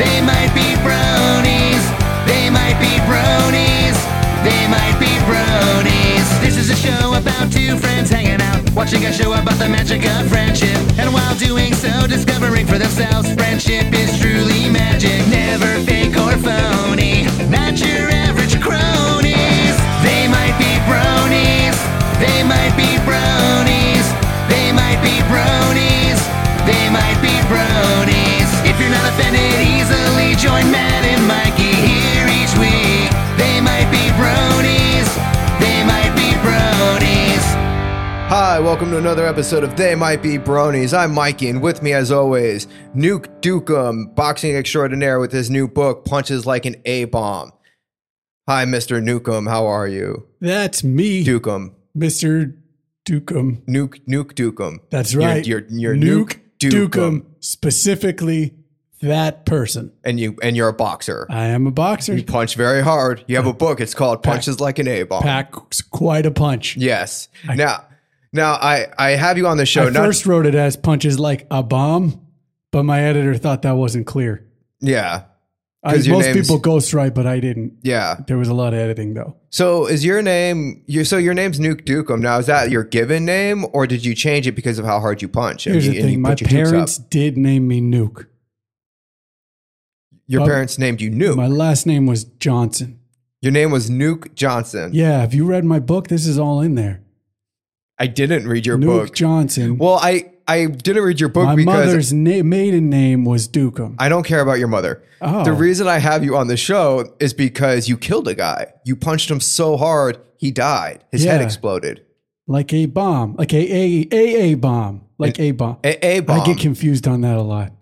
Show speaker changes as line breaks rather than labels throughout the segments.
They might be bronies. They might be bronies. They might be bronies. This is a show about two friends hanging out, watching a show about the magic of friendship. And while doing so, discovering for themselves friendship is truly magic. Never fake or phony. Not your average cronies. They might be bronies. They might be bronies. They might be bronies. They might be bronies. If you're not offended easily, join Matt and Mikey here each week. They might be bronies. They might be bronies.
Hi, welcome to another episode of They Might Be Bronies. I'm Mikey, and with me, as always, Nuke Dukem, boxing extraordinaire, with his new book, Punches Like an A Bomb. Hi, Mr. Nukem. How are you?
That's me,
Dukem.
Mr. Dukem.
Nuke, Nuke Dukem.
That's
You're-
right.
You're, you're, Nuke, Dukem.
specifically that person.
And, you, and you're a boxer.
I am a boxer.
You punch very hard. You have a book. It's called Punches Like an A Bomb.
Packs quite a punch.
Yes. now, now I, I have you on the show.
I
not-
first wrote it as punches like a bomb, but my editor thought that wasn't clear.
yeah.
I,
'Cause your
most
name's-
people ghostwrite, but I didn't.
Yeah.
There was a lot of editing though.
So is your name you so your name's Nuke Dukem. Now is that your given name or did you change it because of how hard you punch? and
Here's
you-
the
and you
thing: my
put your dukes up?
parents did name me Nuke.
your
uh,
parents named you Nuke.
My last name was Johnson.
your name was Nuke Johnson.
Yeah, if you read my book, this is all in there.
I didn't read your
Nuke
book.
Johnson.
well, I I didn't read your book
my
because
mother's na- maiden name was Dukem.
I don't care about your mother.
Oh.
The reason I have you on the show is because you killed a guy. You punched him so hard he died. His head
Yeah.
exploded.
like a bomb, like a a a, a bomb, like a bomb.
A A
I get
bomb.
confused on that a lot.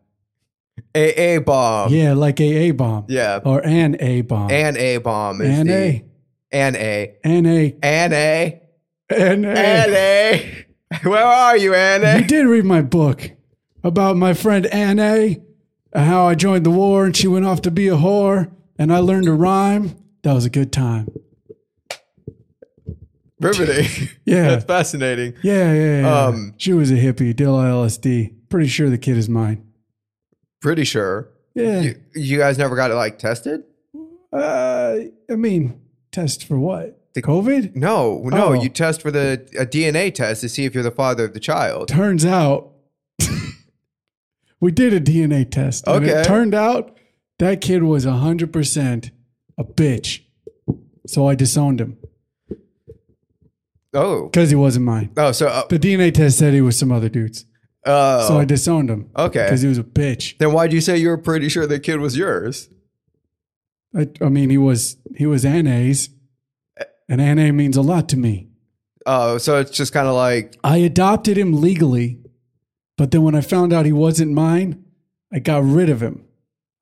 A A bomb.
yeah, like a a bomb.
Um, Yeah.
or an a bomb.
An A bomb is
an
the
a
an A.
an a
An A.
an a.
Annie, where are you,
You
Annie?
did read my book about my friend Anne A, and how I joined the war and she went off to be a whore, and I learned to rhyme. That was a good time.
Riveting.
Yeah.
that's fascinating.
Yeah, yeah, yeah.
Um,
she was a hippie, did a lot of LSD. Pretty sure the kid is mine.
Pretty sure
Yeah.
you, you guys never got it like tested.
Uh, I mean, test for what? The COVID?
No, no,
Oh.
you test for the a DNA test to see if you're the father of the child.
Turns out we did a DNA test. and
Okay.
it turned out that kid was 100% a bitch. So I disowned him
Oh,
because he wasn't mine.
oh, so uh,
The DNA test said he was some other dudes.
oh.
So I disowned him.
Okay.
Because he was a bitch.
then why'd you say you were pretty sure the kid was yours?
I, I mean, he was he was NA's,
Uh,
and NA means a lot to me.
Oh, so it's just kind of like
I adopted him legally, but then when I found out he wasn't mine, I got rid of him.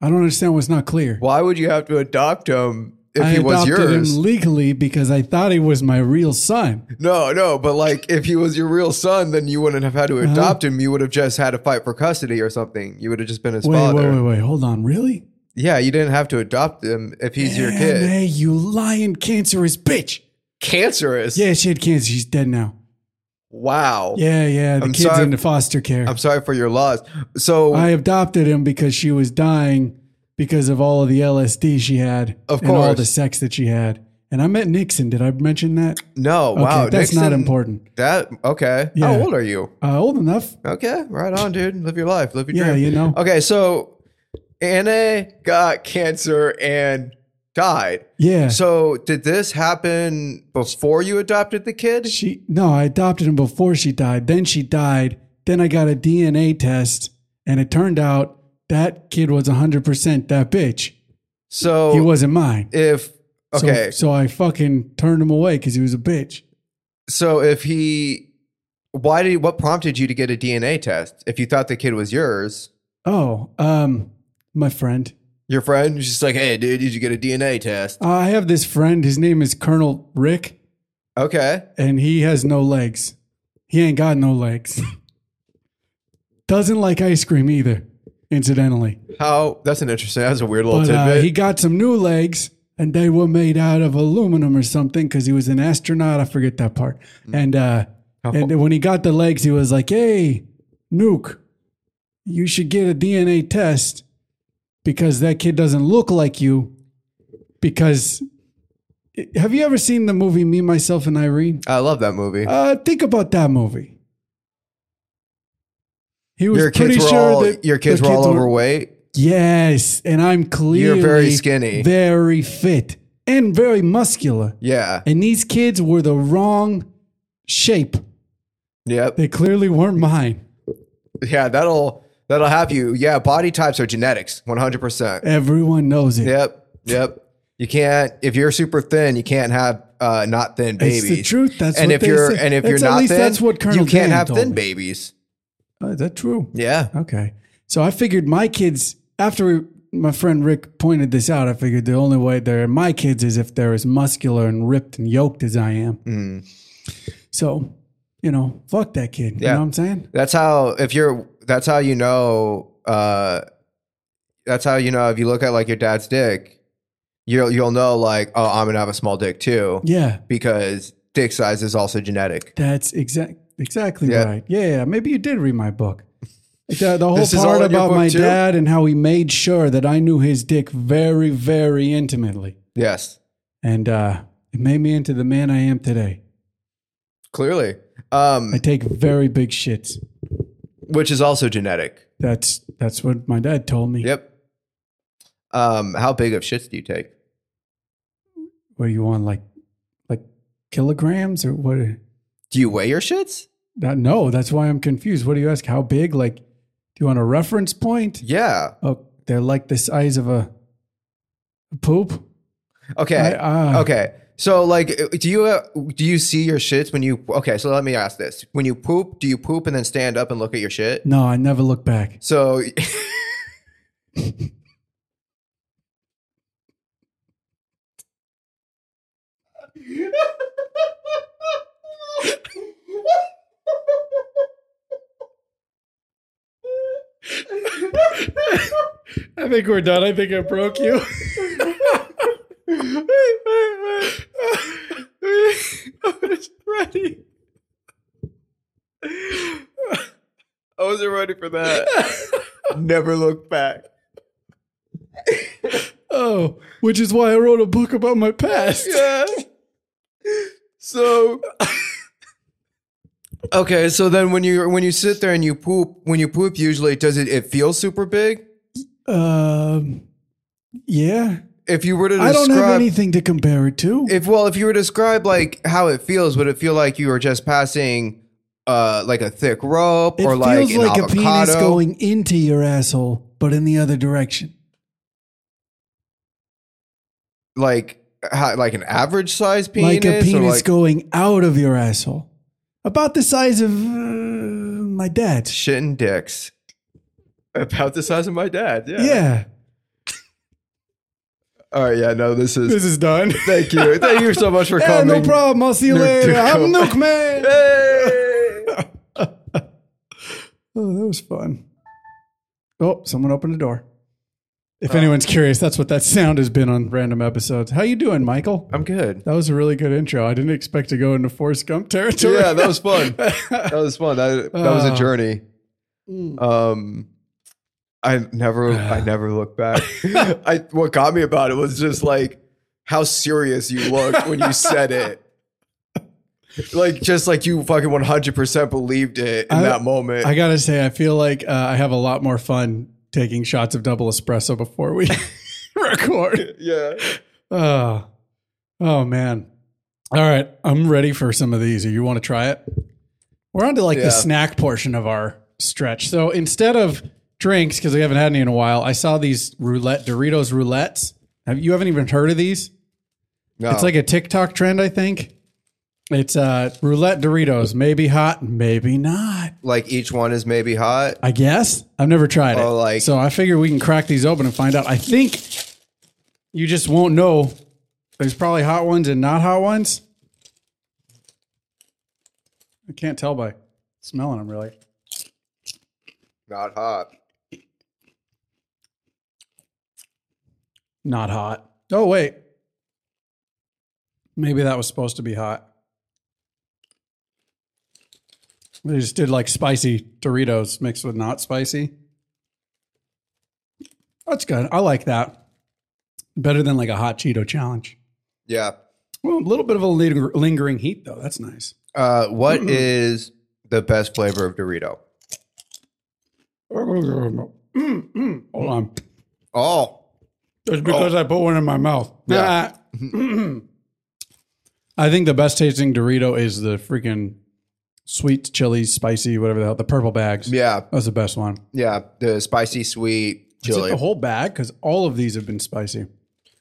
I don't understand what's not clear.
why would you have to adopt him if
I
he was
adopted
yours?
him legally because I thought he was my real son.
no, no, but like if he was your real son, then you wouldn't have had
Uh-huh.
to adopt him. You would have just had to fight for custody or something. You would have just been his
Wait,
father.
wait, wait, wait. Hold on. Really?
Yeah, you didn't have to adopt him if he's your kid.
Hey, you lying, cancerous bitch.
Cancerous.
Yeah, she had cancer. She's dead now.
Wow.
Yeah, yeah. The
I'm
kid's
sorry.
into foster care.
I'm sorry for your loss. So
I adopted him because she was dying because of all of the LSD she had
Of
and all
course.
the sex that she had. And I met Nixon. Did I mention that?
no,
Okay,
wow,
that's not
Nixon-
important.
That okay?
Yeah.
How old are you?
Uh, old enough.
Okay, right on, dude. Live your life. Live your
Yeah,
dream.
you know.
Okay, so Anna got cancer and died.
Yeah.
So did this happen before you adopted the kid?
She no, I adopted him before she died. Then she died. Then I got a DNA test, and it turned out that kid was 100% that bitch.
So
He wasn't mine.
if
So-
okay,
So, I fucking turned him away because he was a bitch.
So if he, why did what prompted you to get a DNA test if you thought the kid was yours?
Oh, um, my friend.
Your friend was just like, hey, dude, did you get a DNA test?
I have this friend. His name is Colonel Rick,
Okay,
and he has no legs. He ain't got no legs. Doesn't like ice cream either, incidentally.
how? That's an interesting. That's a weird little
But uh,
tidbit.
he got some new legs, and they were made out of aluminum or something because he was an astronaut. I forget that part.
Mm.
And uh, and then when he got the legs, he was like, "Hey, Nuke, you should get a DNA test because that kid doesn't look like you. Because have you ever seen the movie Me, Myself, and Irene?
I love that movie.
Uh, think about that movie. He was
your kids
pretty
were
sure
all
that
your
the
kids were all
were-
overweight.
Yes, and I'm clearly
skinny.
very fit, and very muscular.
Yeah.
And these kids were the wrong shape.
Yep.
They clearly weren't mine.
Yeah. That'll that'll have you. Yeah. Body types are genetics. One hundred percent.
Everyone knows it.
Yep. Yep. You can't if you're super thin. You can't have uh, not thin
It's
babies.
the truth. That's
and
what
if
they
you're
say.
and if
That's
you're
at
not
least
thin,
that's what Colonel
you can't
Dan
have
told
thin
me.
babies.
Uh, is that true?
Yeah.
Okay. So I figured my kids, after my friend Rick pointed this out, I figured the only way they're my kids is if they're as muscular and ripped and yoked as I am. So, you know, fuck that kid.
Mm.
You
Yeah.
know what I'm saying?
That's how if you're that's how you know uh that's how you know if you look at like your dad's dick, you'll you'll know like, oh, I'm gonna have a small dick too.
Yeah.
Because dick size is also genetic.
That's exact, exactly
Yeah.
right. Yeah, yeah. Maybe you did read my book. The, the whole
This is all
part
in your
about
book
my
too?
dad and how he made sure that I knew his dick very, very intimately.
Yes.
And uh, it made me into the man I am today.
Clearly. Um
I take very big shits.
which is also genetic.
That's that's what my dad told me.
Yep. Um, how big of shits do you take?
What do you want, like like kilograms or what?
Do you weigh your shits?
That, no, that's why I'm confused. What do you ask? How big? Like, do you want a reference point?
Yeah.
Oh, they're like the size of a poop.
Okay.
I- uh,
okay. So like do you uh, do you see your shits when you Okay, so let me ask this. When you poop, do you poop and then stand up and look at your shit?
No, I never look back.
So
I think we're done. I think I broke you.
I was ready. I wasn't ready for that. Never look back.
oh, which is why I wrote a book about my past.
Yeah. So Okay, so then when you when you sit there and you poop, when you poop usually does it it feel super big?
Um, yeah.
If you were to describe
I don't have anything to compare it to.
if well, if you were to describe like how it feels, would it feel like you were just passing uh like a thick rope
It
or like
feels
an
like a
avocado?
penis going into your asshole, but in the other direction.
like how, like an average size penis?
like a
or,
penis
like
going out of your asshole, about the size of uh, my dad.
shitting dicks. About the size of my dad. Yeah.
Yeah,
All right. Yeah. No. This is.
is done.
thank you. Thank you so much for
yeah,
coming.
no problem. I'll see you
Nuke
later. I'm
Duco.
Nuke Man.
Hey!
Oh, that was fun. Oh, someone opened the door.
Uh.
If anyone's curious, that's what that sound has been on random episodes. How you doing, Michael?
I'm good.
That was a really good intro. I didn't expect to go into Forrest Gump territory.
Yeah, that was fun. That was fun. That, that was
Ah.
a journey.
Mm.
Um, I never, I never look back. I what got me about it was just like how serious you looked when you said it. Like just like you fucking one hundred percent believed it in
I-
that moment.
I gotta say, I feel like uh, I have a lot more fun taking shots of double espresso before we record.
yeah.
Oh, oh man! All right, I'm ready for some of these. You want to try it? We're on to like
Yeah.
the snack portion of our stretch. So instead of drinks, because we haven't had any in a while, I saw these roulette Doritos roulettes. Have you haven't even heard of these?
No.
It's like a TikTok trend, I think. It's uh, roulette Doritos, maybe hot, maybe not.
like each one is maybe hot.
I guess I've never tried it.
Or, like-
so I figure we can crack these open and find out. I think you just won't know. There's probably hot ones and not hot ones. I can't tell by smelling them really.
Not hot.
Not hot. Oh wait. Maybe that was supposed to be hot. They just did like spicy Doritos mixed with not spicy. That's good. I like that. Better than like a hot Cheeto challenge.
Yeah.
Well, a little bit of a linger- lingering heat though. That's nice.
Uh, what
Mm-hmm.
is the best flavor of Dorito?
Mm, mm. Hold on.
Oh,
It's because I put one in my mouth.
Yeah.
Ah. I think the best tasting Dorito is the freaking sweet, chili, spicy, whatever the hell, the purple bags.
yeah,
That's the best one.
yeah. The spicy sweet
Is it
chili.
the whole bag? Because all of these have been spicy.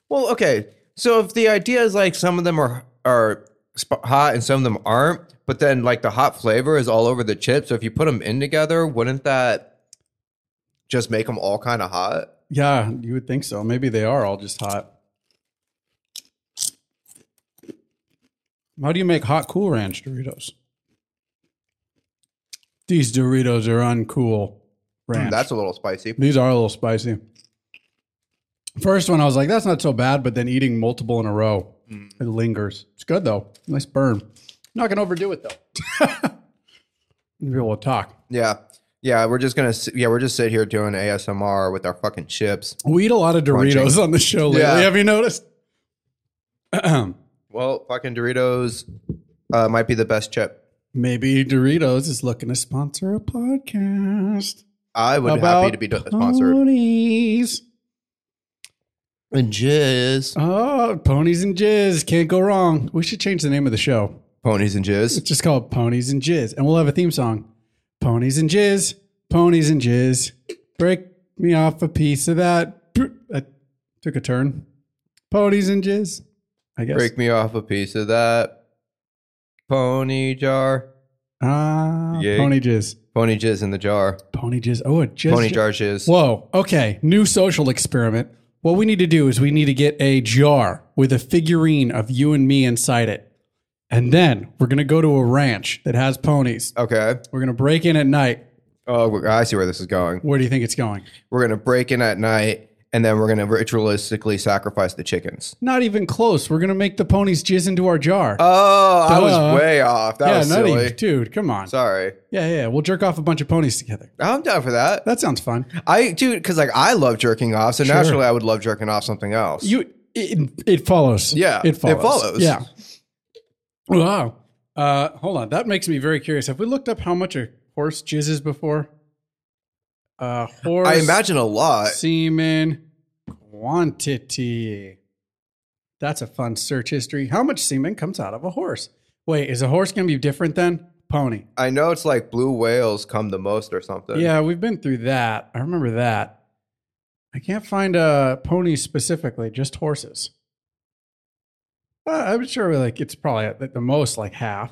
well, okay. So if the idea is like some of them are are sp- hot and some of them aren't, but then like the hot flavor is all over the chip. So if you put them in together, wouldn't that just make them all kind of hot?
Yeah, you would think so. Maybe they are all just hot. How do you make hot Cool Ranch Doritos? These Doritos are uncool. Ranch.
Mm, That's a little spicy.
These are a little spicy. First one, I was like, that's not so bad, but then eating multiple in a row,
Mm.
it lingers. It's good though. Nice burn. Not gonna overdo it though. You'll be able to talk.
Yeah, yeah. We're just gonna s- yeah we're just sit here doing ASMR with our fucking chips.
We eat a lot of Doritos
Crunching.
on the show lately.
Yeah.
Have you noticed?
Well, fucking Doritos uh, might be the best chip.
Maybe Doritos is looking to sponsor a podcast.
I would be happy to be do- sponsored.
ponies.
And jizz.
Oh, ponies and jizz. Can't go wrong. We should change the name of the show.
Ponies and jizz.
Just call it Ponies and Jizz. And we'll have a theme song. Ponies and Jizz. Ponies and Jizz. Break me off a piece of that. That took a turn. Ponies and Jizz. I guess.
Break me off a piece of that pony jar.
Ah,
Yeah.
Pony Jizz.
Pony jizz in the jar.
Pony Jizz. Oh, a Jizz.
Pony
jar-
jar jizz.
Whoa. Okay. New social experiment. What we need to do is we need to get a jar with a figurine of you and me inside it. And then we're going to go to a ranch that has ponies.
Okay.
We're going to break in at night.
Oh, I see where this is going.
Where do you think it's going?
We're gonna break in at night, and then we're gonna ritualistically sacrifice the chickens.
Not even close. We're going to make the ponies jizz into our jar.
Oh, I
Duh.
was way off. That
yeah,
was
not
silly.
even. Dude, come on.
Sorry.
Yeah, yeah. We'll jerk off a bunch of ponies together.
I'm down for that.
That sounds fun.
I dude, because like I love jerking off, so naturally I would love jerking off something else.
You it, it follows.
Yeah,
It
it
follows.
follows.
Yeah. Wow. Uh, hold on. That makes me very curious. Have we looked up how much a horse jizzes before? Uh, horse
I imagine a lot.
semen quantity. That's a fun search history. How much semen comes out of a horse? Wait, is a horse going to be different than pony?
I know it's like blue whales come the most or something.
Yeah, we've been through that. I remember that. I can't find uh ponies specifically, just horses. Uh, I'm sure like it's probably at the most like half.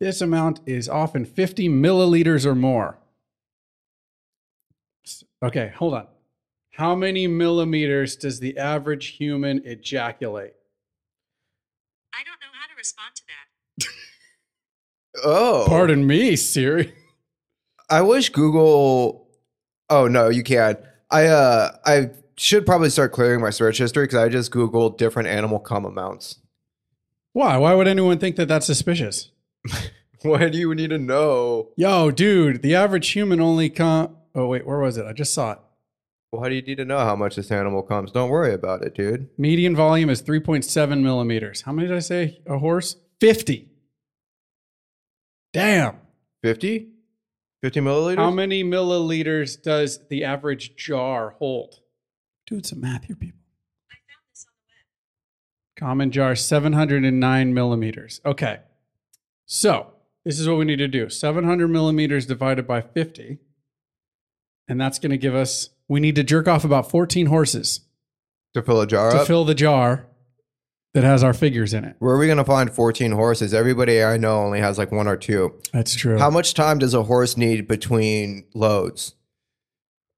This amount is often 50 milliliters or more. S- Okay, hold on. How many millimeters does the average human ejaculate?
I don't know how to respond to that.
Oh,
Pardon me, Siri.
I wish Google. Oh no, you can't. I uh, I should probably start clearing my search history because I just googled different animal cum amounts.
Why? Why would anyone think that that's suspicious?
Why do you need to know?
Yo, dude, the average human only com. Oh wait, where was it? I just saw it.
Why do you need to know how much this animal comes? Don't worry about it, dude.
Median volume is 3.7 millimeters. How many did I say? A horse? 50. Damn.
50? 50 milliliters?
How many milliliters does the average jar hold? Dude, some math here, people.
I found this on the web.
Common jar, 709 millimeters. Okay. So this is what we need to do 700 millimeters divided by 50. And that's going to give us, we need to jerk off about 14 horses.
to fill a jar
to
up?
fill the jar that has our figures in it.
Where are we going to find 14 horses? Everybody I know only has like one or two.
That's true.
How much time does a horse need between loads?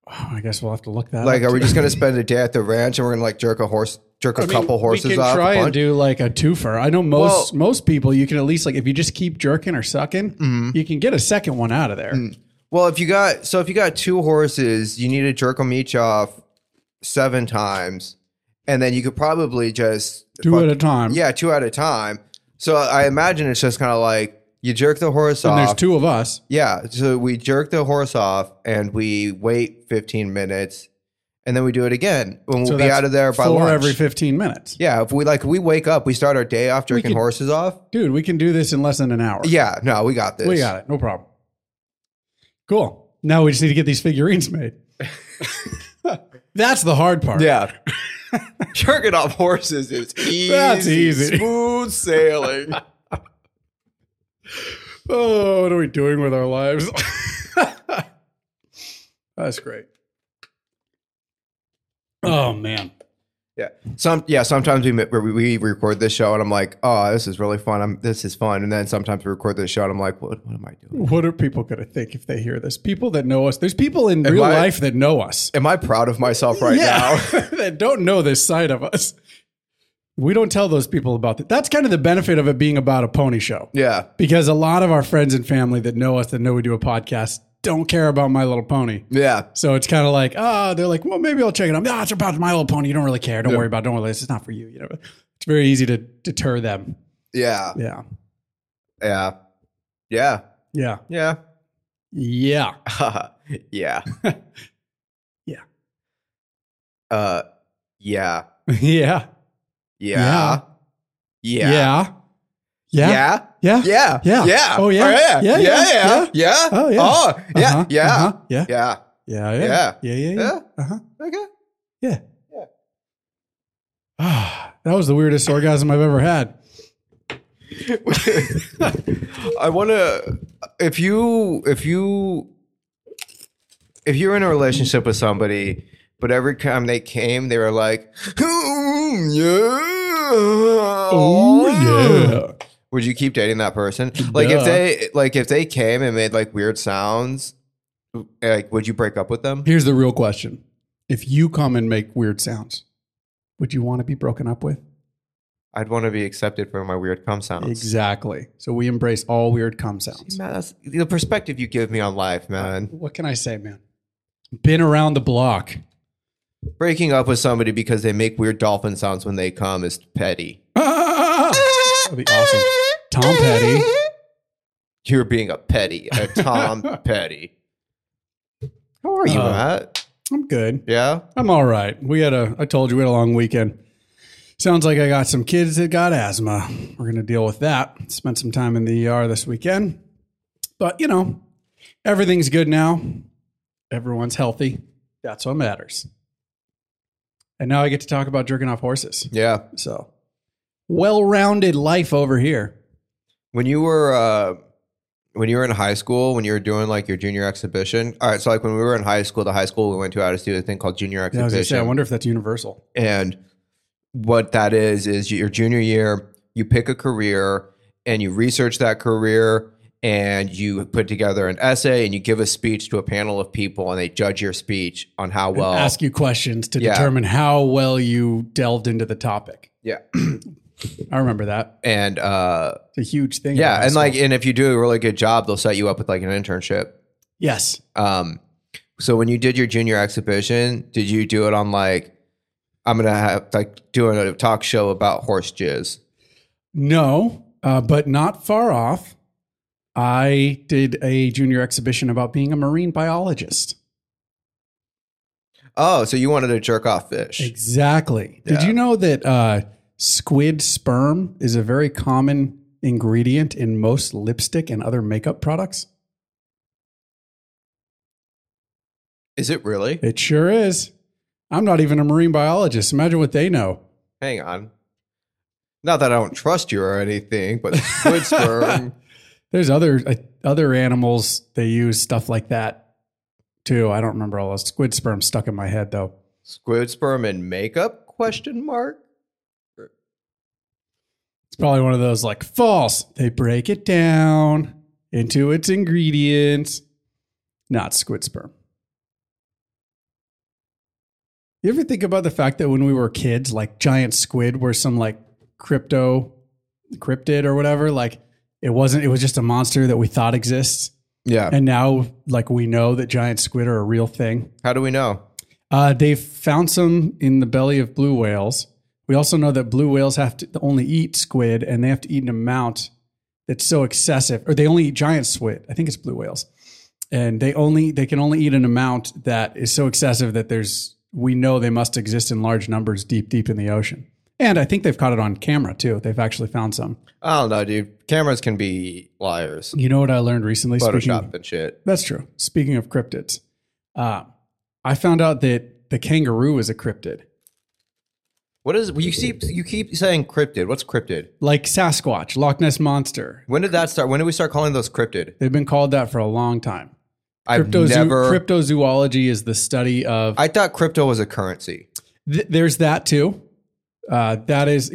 Oh, I guess we'll have to look that.
Like,
up
are we
too.
just going to spend a day at the ranch and we're going to like jerk a horse, jerk a
I mean,
couple horses
We can
off? a
try and
bunch?
do like a twofer. I know most
Well-
most people. You can at least like if you just keep jerking or sucking,
Mm-hmm.
you can get a second one out of there.
Mm, Well, if you got so if you got two horses, you need to jerk them each off seven times, and then you could probably just
Two
fuck-
at a time.
yeah, two at a time. So I imagine it's just kind of like you jerk the horse
And
off.
there's two of us.
yeah, so we jerk the horse off and we wait fifteen minutes, and then we do it again. And we'll
So
be
that's
out of there by
four
lunch.
every 15 minutes.
yeah, if we like, we wake up, we start our day off drinking
could-
horses off.
Dude, we can do this in less than an hour.
Yeah, no, we got this.
We got it. No problem. Cool. Now we just need to get these figurines made. That's the hard part.
Yeah. Jerking off horses is easy.
That's easy.
Smooth sailing.
Oh, what are we doing with our lives? That's great. Oh man.
yeah. Some yeah, sometimes we mi- we we record this show and I'm like, "Oh, this is really fun. I'm this is fun." And then sometimes we record this show and I'm like, "What what am I doing?
What are people gonna think if they hear this? People that know us. There's people in
Am
real
I-
life that know us.
Am I proud of myself right now?"
that don't know this side of us. We don't tell those people about that. That's kind of the benefit of it being about a pony show.
yeah.
because a lot of our friends and family that know us that know we do a podcast don't care about My Little Pony.
Yeah.
So it's kind of like, ah, they're like, well, maybe I'll check it out. Ah, it's about My Little Pony. You don't really care. Don't
Yeah.
worry about. it. Don't worry. This is not for you. You know, it's very easy to deter them.
Yeah.
Yeah,
Yeah. Yeah.
yeah,
Yeah.
yeah.
yeah.
Yeah.
Uh yeah.
yeah,
Yeah.
yeah,
Yeah.
yeah,
Yeah.
yeah,
Yeah. Yeah.
Yeah.
Yeah. Oh,
Oh, yeah.
yeah.
Yeah,
Yeah.
yeah,
Yeah. Yeah. Oh,
Oh, yeah.
yeah.
Uh-huh,
Yeah.
uh-huh, yeah,
Yeah.
yeah,
Yeah.
yeah, yeah, yeah, yeah.
Yeah.
Uh-huh.
Okay.
Ah, that was the weirdest orgasm I've ever had.
I want to. If you, if you, if you're in a relationship with somebody, but every time they came, they were like, "Ooh, yeah,
Oh yeah.
Would you keep dating that person? Like if
Duh.
they, like if they came and made like weird sounds, like would you break up with them?
Here's the real question. If you come and make weird sounds, would you want to be broken up with?
I'd want to be accepted for my weird cum sounds.
Exactly. So we embrace all weird cum sounds.
Man, that's the perspective you give me on life, man.
What can I say, man? Been around the block.
Breaking up with somebody because they make weird dolphin sounds when they come is petty.
Ah! That'd be awesome. Tom Petty.
You're being a petty, a Tom Petty. How are you,
Uh,
Matt?
I'm good.
Yeah,
I'm all right. We had a, I told you, we had a long weekend. Sounds like I got some kids that got asthma. We're going to deal with that. Spent some time in the ER this weekend. But, you know, everything's good now. Everyone's healthy. That's what matters. And now I get to talk about jerking off horses.
yeah.
So, well rounded life over here.
When you were uh, when you were in high school, when you were doing like your junior exhibition. All right, so like when we were in high school, the high school we went to, I had to do a thing called junior
Yeah, I
exhibition.
was going to say, I wonder if that's universal.
And what that is, is your junior year, you pick a career and you research that career and you put together an essay and you give a speech to a panel of people and they judge your speech on how well.
Ask you questions to
Yeah.
determine how well you delved into the topic.
yeah.
I remember that.
And uh,
It's a huge thing. in
yeah.
high
And like,
school.
and if you do a really good job, they'll set you up with like an internship.
yes.
Um, so when you did your junior exhibition, did you do it on like, I'm going to have like doing a talk show about horse jizz?
No, uh, but not far off. I did a junior exhibition about being a marine biologist.
Oh, so you wanted to jerk off fish.
Exactly. Did
Yeah.
you know that uh, squid sperm is a very common ingredient in most lipstick and other makeup products?
Is it really?
It sure is. I'm not even a marine biologist. Imagine what they know.
Hang on. Not that I don't trust you or anything, but squid sperm.
There's other uh, other animals they use stuff like that too. I don't remember all those squid sperm stuck in my head though.
squid sperm and makeup question mark?
It's probably one of those like false. They break it down into its ingredients, not squid sperm. You ever think about the fact that when we were kids, like giant squid were some like crypto cryptid or whatever? Like it wasn't, it was just a monster that we thought exists.
Yeah.
And now, like, we know that giant squid are a real thing.
How do we know?
Uh, they've found some in the belly of blue whales. We also know that blue whales have to only eat squid and they have to eat an amount that's so excessive, or they only eat giant squid. I think it's blue whales. And they only they can only eat an amount that is so excessive that there's we know they must exist in large numbers deep, deep in the ocean. And I think they've caught it on camera too. They've actually found some.
I don't know, dude. Cameras can be liars,
You know what I learned recently?
Photoshop and shit.
That's true. Speaking of cryptids, uh, I found out that the kangaroo is a cryptid,
What is? You keep you keep saying cryptid. What's cryptid?
like Sasquatch, Loch Ness monster.
When did that start? When did we start calling those cryptid?
They've been called that for a long time.
I've
Cryptozo-
never.
cryptozoology is the study of.
I thought crypto was a currency.
th- there's that too. Uh, that is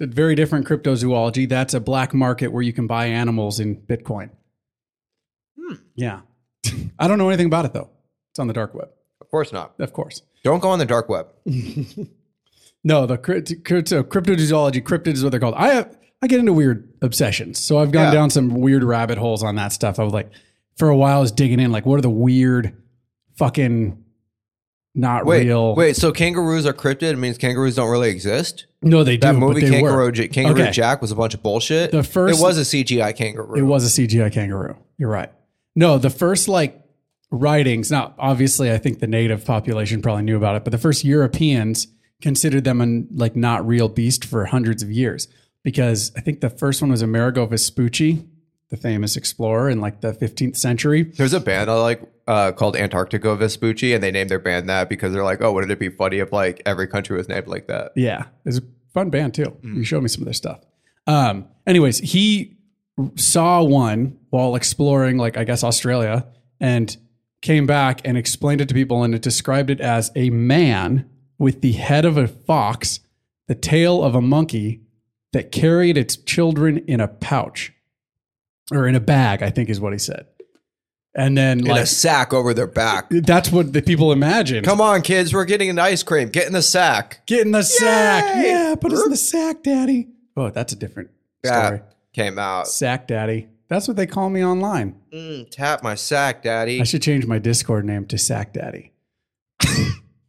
a very different cryptozoology. That's a black market where you can buy animals in Bitcoin. Yeah, I don't know anything about it though. It's on the dark web,
Of course not.
of course.
Don't go on the dark web.
No, the crypt, crypto, cryptozoology, cryptid is what they're called. I have, I get into weird obsessions. So I've gone
Yeah.
down some weird rabbit holes on that stuff. I was like, for a while, I was digging in, like, what are the weird fucking not
Wait,
real?
wait. So kangaroos are cryptid It means kangaroos don't really exist.
no, they do.
That
but
movie
they
Kangaroo,
were.
J- Kangaroo
Okay.
Jack was a bunch of bullshit.
The first-
it was a CGI kangaroo.
It was a CGI kangaroo. You're right. No, the first like writings. Now, obviously, I think the native population probably knew about it, but the first Europeans considered them an like not real beast for hundreds of years because I think the first one was Amerigo Vespucci, the famous explorer in like the 15th century.
There's a band I like uh, called Antarctica Vespucci, and they named their band that because they're like, oh, wouldn't it be funny if like every country was named like that?
Yeah, it's a fun band too.
Mm-hmm.
You showed me some of their stuff. Um, anyways, he saw one while exploring, like I guess Australia, and came back and explained it to people, and it described it as a man with the head of a fox, the tail of a monkey, that carried its children in a pouch or in a bag. I think is what he said. And then
In
like
a sack over their back.
that's what the people imagined.
Come on, kids, we're getting an ice cream. Get in the sack.
Get in the sack.
Yay!
Yeah, put us in the sack, daddy. Oh, that's a different story.
That came out.
Sack daddy. That's what they call me online.
Mm, tap my sack, daddy.
I should change my Discord name to Sack Daddy.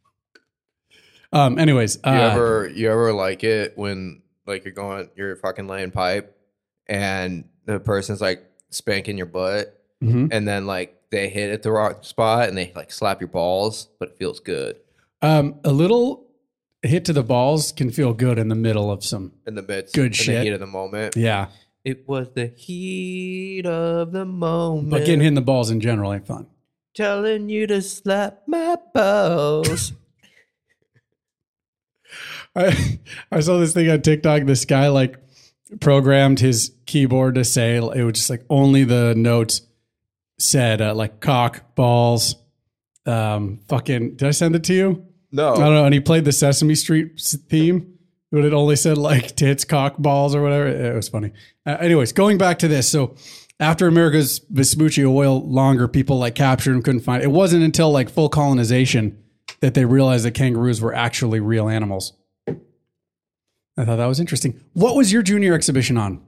um, anyways,
You
uh,
ever you ever like it when like you're going you're fucking laying pipe and the person's like spanking your butt
mhm.
and then like they hit at the wrong spot and they like slap your balls, but it feels good
um, a little hit to the balls can feel good in the middle of some.
in the midst
Good
in
shit.
the heat of the moment.
Yeah,
It was the heat of the moment.
but getting hit in the balls in general ain't fun.
telling you to slap my balls.
I, I saw this thing on TikTok. This guy like programmed his keyboard to say it was just like only the notes said uh, like cock balls. Um, fucking, did I send it to you? I don't
no.
know. And he played the Sesame Street s- theme, but it only said like tits, cock, balls, or whatever. It was funny. Uh, anyways, going back to this. So after America's Vespucci oil longer, people like captured and couldn't find it. wasn't until like full colonization that they realized that kangaroos were actually real animals. I thought that was interesting. What was your junior exhibition on?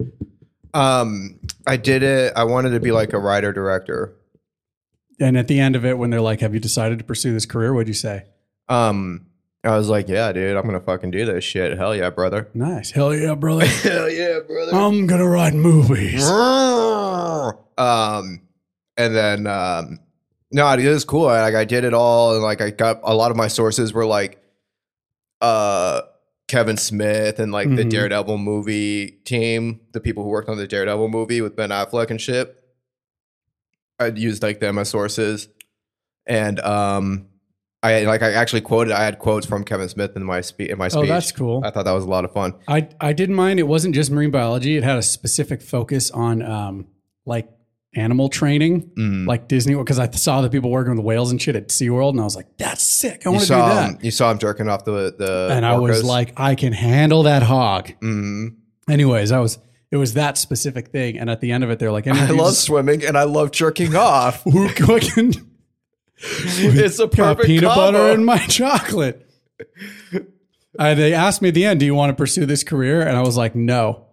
Um I did it I wanted to be like a writer director.
And at the end of it, when they're like, "Have you decided to pursue this career?" What'd you say?
Um, I was like, yeah, dude, I'm gonna fucking do this shit. Hell yeah, brother.
Nice, hell yeah, brother!
Hell yeah, brother.
I'm gonna write movies.
um, and then um, no, it was cool. I, like I did it all, and like I got a lot of my sources were like, uh, Kevin Smith and like the
Mhm.
Daredevil movie team, the people who worked on the Daredevil movie with Ben Affleck and shit. I used like them as sources, and um. I like I actually quoted I had quotes from Kevin Smith in my spe- in my
Oh,
speech.
that's cool.
I thought that was a lot of fun.
I, I did mine. It wasn't just marine biology. It had a specific focus on um, like animal training,
Mm.
like Disney, because I saw the people working with whales and shit at SeaWorld, and I was like, that's sick. I
You
want to do
saw
that.
him, you saw him jerking off the the
and I was
orcas.
like, I can handle that hog.
Mm.
Anyways, I was, it was that specific thing. And at the end of it, they're like, any of
I
you
love
just-
swimming and I love jerking off.
who cooking
it's a
got
perfect
peanut
combo.
butter in my chocolate. I, they asked me at the end, "Do you want to pursue this career?" And I was like, "No."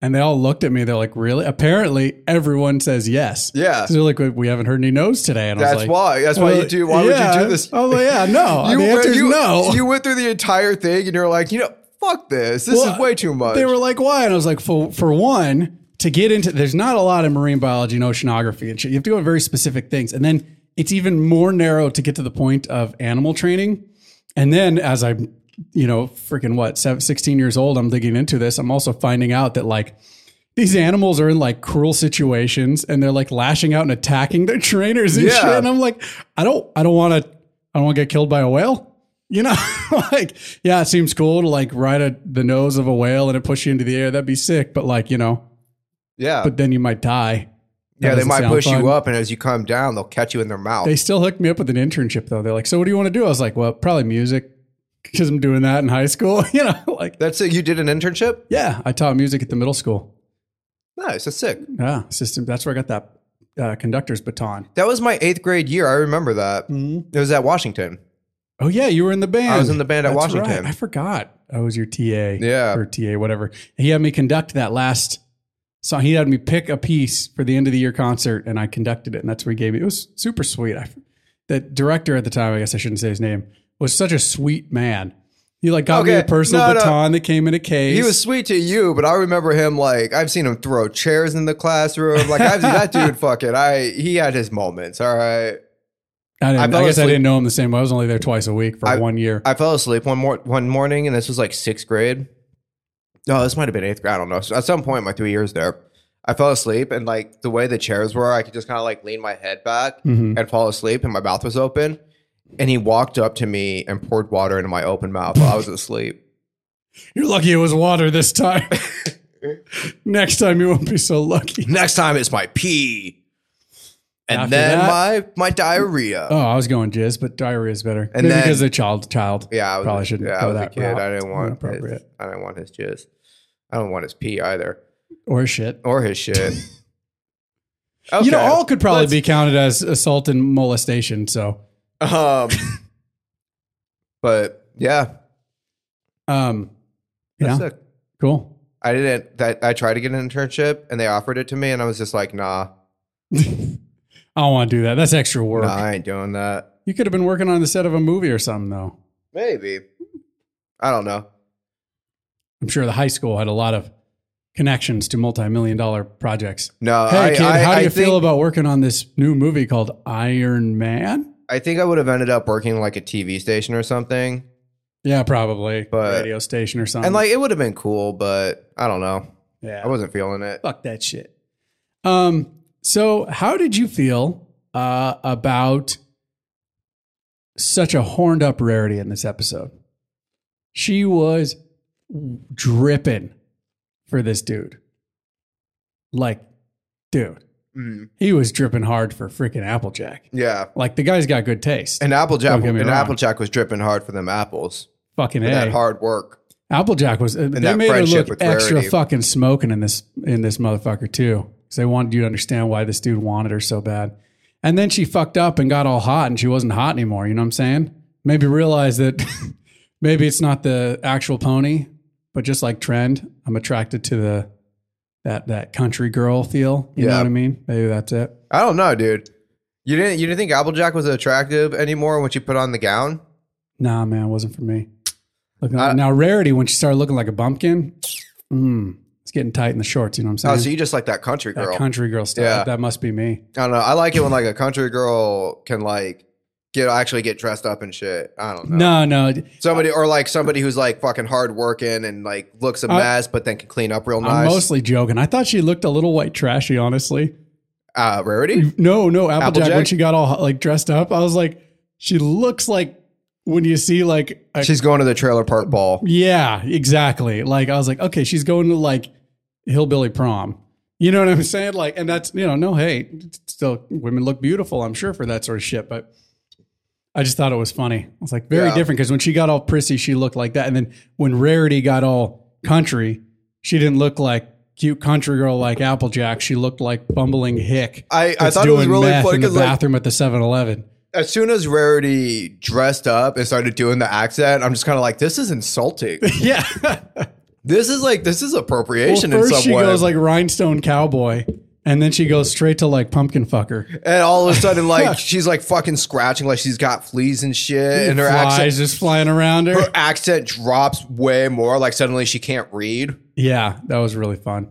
And they all looked at me. They're like, "Really?" Apparently, everyone says yes.
Yeah.
So they're like, "We- "We haven't heard any no's today." And I
That's
was like,
why. That's why
well,
you do. Why would
yeah.
you do this?
I was like, "Yeah, no."
You
the
went-
answer is
you-
no.
You went through the entire thing and you're like, you know, fuck this. This
Well,
is way too much.
They were like, "Why?" And I was like, "For for one, to get into there's not a lot in marine biology and oceanography and shit. You have to go with very specific things, and then it's even more narrow to get to the point of animal training." And then as I'm, you know, freaking what, seven, 16 years old, I'm digging into this. I'm also finding out that like these animals are in like cruel situations and they're like lashing out and attacking their trainers and
Yeah.
shit. And I'm like, I don't, I don't want to, I don't want to get killed by a whale. You know, like, yeah, it seems cool to like ride a, the nose of a whale and it push you into the air. That'd be sick. But like, you know,
Yeah.
but then you might die. That
Uh, yeah, they
doesn't
might
sound
push
fun.
you up, and as you come down, they'll catch you in their mouth.
They still hooked me up with an internship though. They're like, "So what do you want to do?" I was like, "Well, probably music because I'm doing that in high school." you know, like
That's it. You did an internship?
yeah, I taught music at the middle school.
Nice. That's sick.
Yeah, system. That's where I got that uh, conductor's baton.
That was my eighth grade year. I remember that.
Mm.
It was at Washington.
Oh yeah, you were in the band.
I was in the band at
That's
Washington.
right. I forgot. I was your TA.
Yeah.
or TA, whatever. He had me conduct that last song. He had me pick a piece for the end of the year concert, and I conducted it. And that's where he gave me. It was super sweet. I, the director at the time, I guess I shouldn't say his name, was such a sweet man. He like got me
Okay.
a personal
No, no.
baton that came in a case.
He was sweet to you, but I remember him like I've seen him throw chairs in the classroom. Like I've seen that dude fucking I he had his moments, all right.
I, didn't,
I fell
I, guess I
asleep.
didn't know him the same way. I was only there twice a week for
I-
one year.
I fell asleep one more one morning and this was like sixth grade. No, this might have been eighth grade. I don't know. So at some point in my three years there, I fell asleep and like the way the chairs were, I could just kind of like lean my head back
Mhm.
and fall asleep and my mouth was open. And he walked up to me and poured water into my open mouth while I was asleep.
You're lucky it was water this time. Next time you won't be so lucky.
Next time it's my pee. And
After
then
that-
my my diarrhea.
Oh, I was going jizz, but diarrhea is better.
And
Maybe
then-
because the child, child.
Yeah, I was,
Probably shouldn't
Yeah, I
go
was a
that
kid.
route.
I didn't
It's
want
inappropriate.
His, I didn't want his jizz. I don't want his pee either,
or shit.
or his shit.
You know,
Oh, Okay,
all could probably
let's-
be counted as assault and molestation. So,
Um, but yeah,
um,
that's
yeah,
it.
cool.
I didn't. That I tried to get an internship, and they offered it to me, and I was just like, "Nah,
I don't want to do that. That's extra work.
nah I ain't doing that."
You could have been working on the set of a movie or something, though.
Maybe I don't know.
I'm sure the high school had a lot of connections to multi-million dollar projects.
No,
Hey,
Uh, I,
kid,
I,
how do
I
you
think,
feel about working on this new movie called Iron Man?
I think I would have ended up working like a TV station or something,
Yeah, probably.
But-
Radio station or something.
and like it would have been cool, but I don't know.
yeah.
I wasn't feeling it.
Fuck that shit. Um, so how did you feel uh, about such a horned up rarity in this episode? She was dripping for this dude. Like, dude,
Mm.
he was dripping hard for freaking Applejack.
Yeah.
Like the guy's got good taste.
And Applejack,
Don't get
and
me wrong.
Applejack was dripping hard for them apples.
fucking
For
A.
that hard work.
Applejack was. uh, they
that
made her
friendship
look
with
extra
Rarity.
fucking smoking in this in this motherfucker too, because they wanted you to understand why this dude wanted her so bad. And then she fucked up and got all hot, and she wasn't hot anymore. You know what I'm saying? Maybe realize that maybe it's not the actual pony, but just like trend, I'm attracted to the that that country girl feel. You know
Yeah.
what I mean? Maybe that's it.
I don't know, dude. You didn't you didn't think Applejack was attractive anymore when she put on the gown?
Nah, man, it wasn't for me. Looking
I-
like, now, rarity when she started looking like a bumpkin, mm, it's getting tight in the shorts. You know what I'm saying?
Oh, so you just like that country
Mm-hmm. That
girl.
country girl stuff.
Yeah.
That must be me.
I don't know. I like it when like a country girl can like get actually get dressed up and shit. I don't know.
No, no.
Somebody or like somebody who's like fucking hard working and like looks a
I-
mess but then can clean up real
Uh, I'm
nice.
mostly joking. I thought she looked a little white trashy, honestly.
uh rarity?
No, no, Applejack,
Applejack?
when she got all like dressed up, I was like, she looks like when you see like a,
She's going to the trailer park ball.
Yeah, exactly. Like I was like, okay, she's going to like hillbilly prom. You know what I'm saying? Like, and that's you know, no, hey, still women look beautiful, I'm sure for that sort of shit. But I just thought it was funny. I was like, very
Yeah.
different because when she got all prissy, she looked like that, and then when Rarity got all country, she didn't look like cute country girl like Applejack. She looked like bumbling hick.
I, I
that's
thought it was
doing
really
meth
funny
in the
'cause, like,
bathroom at the 7-Eleven.
as soon as Rarity dressed up and started doing the accent, I'm just kind of like, this is insulting.
Yeah.
this is like, this is appropriation
well, first
in some
she
way.
goes like rhinestone cowboy, and then she goes straight to like pumpkin fucker.
and all of a sudden, like, she's like fucking scratching, like she's got fleas and shit. And her
Flies
accent,
just flying around her.
her accent drops way more. Like, suddenly she can't read.
yeah, that was really fun.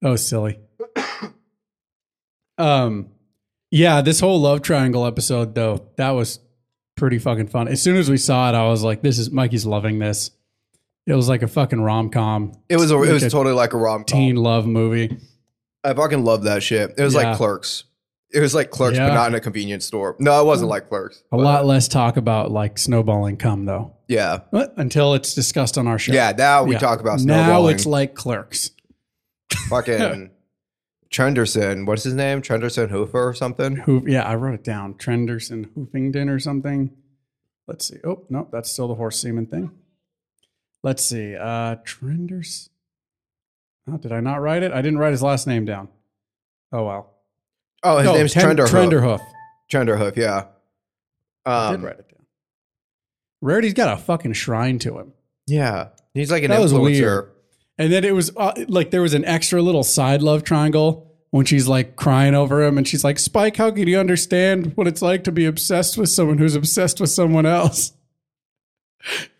That was silly. um, yeah, this whole love triangle episode though that was pretty fucking fun. As soon as we saw it, I was like, "This is Mikey's loving this." It was like a fucking rom com,
It was a, it
Like
was
a
totally like a rom
teen
com.
love movie.
I fucking love that shit. It was
Yeah.
like Clerks. It was like Clerks, but
Yeah.
not in a convenience store. No, it wasn't like Clerks.
A
but,
lot less talk about like snowballing cum though,
Yeah,
What? until it's discussed on our show.
yeah. Now we
Yeah.
talk about
now
snowballing.
it's like clerks.
fucking Trenderson. What's his name? Trenderson Hoofer or something.
Who? Yeah, I wrote it down. Trenderson Hoofington or something. Let's see. Oh no, that's still the horse semen thing. Let's see. Uh Trenders. Oh, did I not write it? I didn't write his last name down. Oh well.
Oh, his
No,
name's
Ten-
Trenderhoof.
Trenderhoof.
Trenderhoof. Yeah.
I
Um,
did write it down. Rarity's got a fucking shrine to him.
Yeah, he's like an
That was
influencer.
weird. And then it was uh, like there was an extra little side love triangle when she's like crying over him and she's like, Spike, how can you understand what it's like to be obsessed with someone who's obsessed with someone else?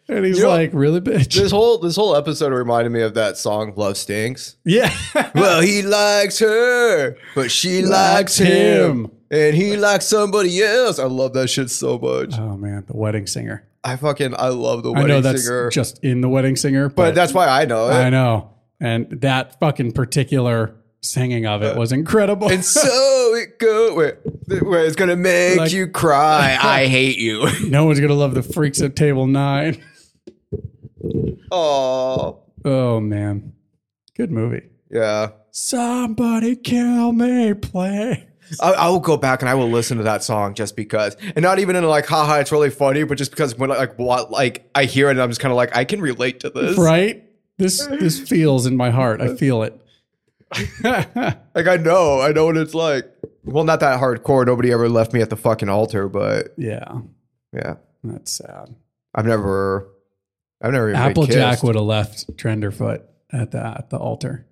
And he's
You know-
like, really, bitch?
This whole this whole episode reminded me of that song "Love Stinks."
yeah.
Well, he likes her, but she likes
Likes
him,
him.
and he likes somebody else. I love that shit so much.
oh, man. The Wedding Singer.
I fucking I love the
I know
wedding
that's
singer,
just in The Wedding Singer,
but
but,
that's why I know it.
I know. And that fucking particular singing of it was incredible.
Uh, And so it go wait, th- wait, it's gonna make
Like-
you cry. I hate you.
no one's going to love the freaks at table nine.
Oh
Oh, man. Good movie.
yeah.
Somebody kill me, play.
I, I will go back and I will listen to that song just because, and not even in like, haha, it's really funny, but just because when like what like I hear it, and I'm just kind of like, I can relate to this.
Right? This this feels in my heart. I feel it.
Like I know, I know what it's like. Well, not that hardcore. Nobody ever left me at the fucking altar, but
yeah.
yeah,
That's sad.
I've never, I've never even been
Applejack
kissed.
would have left Trenderfoot at the at the altar.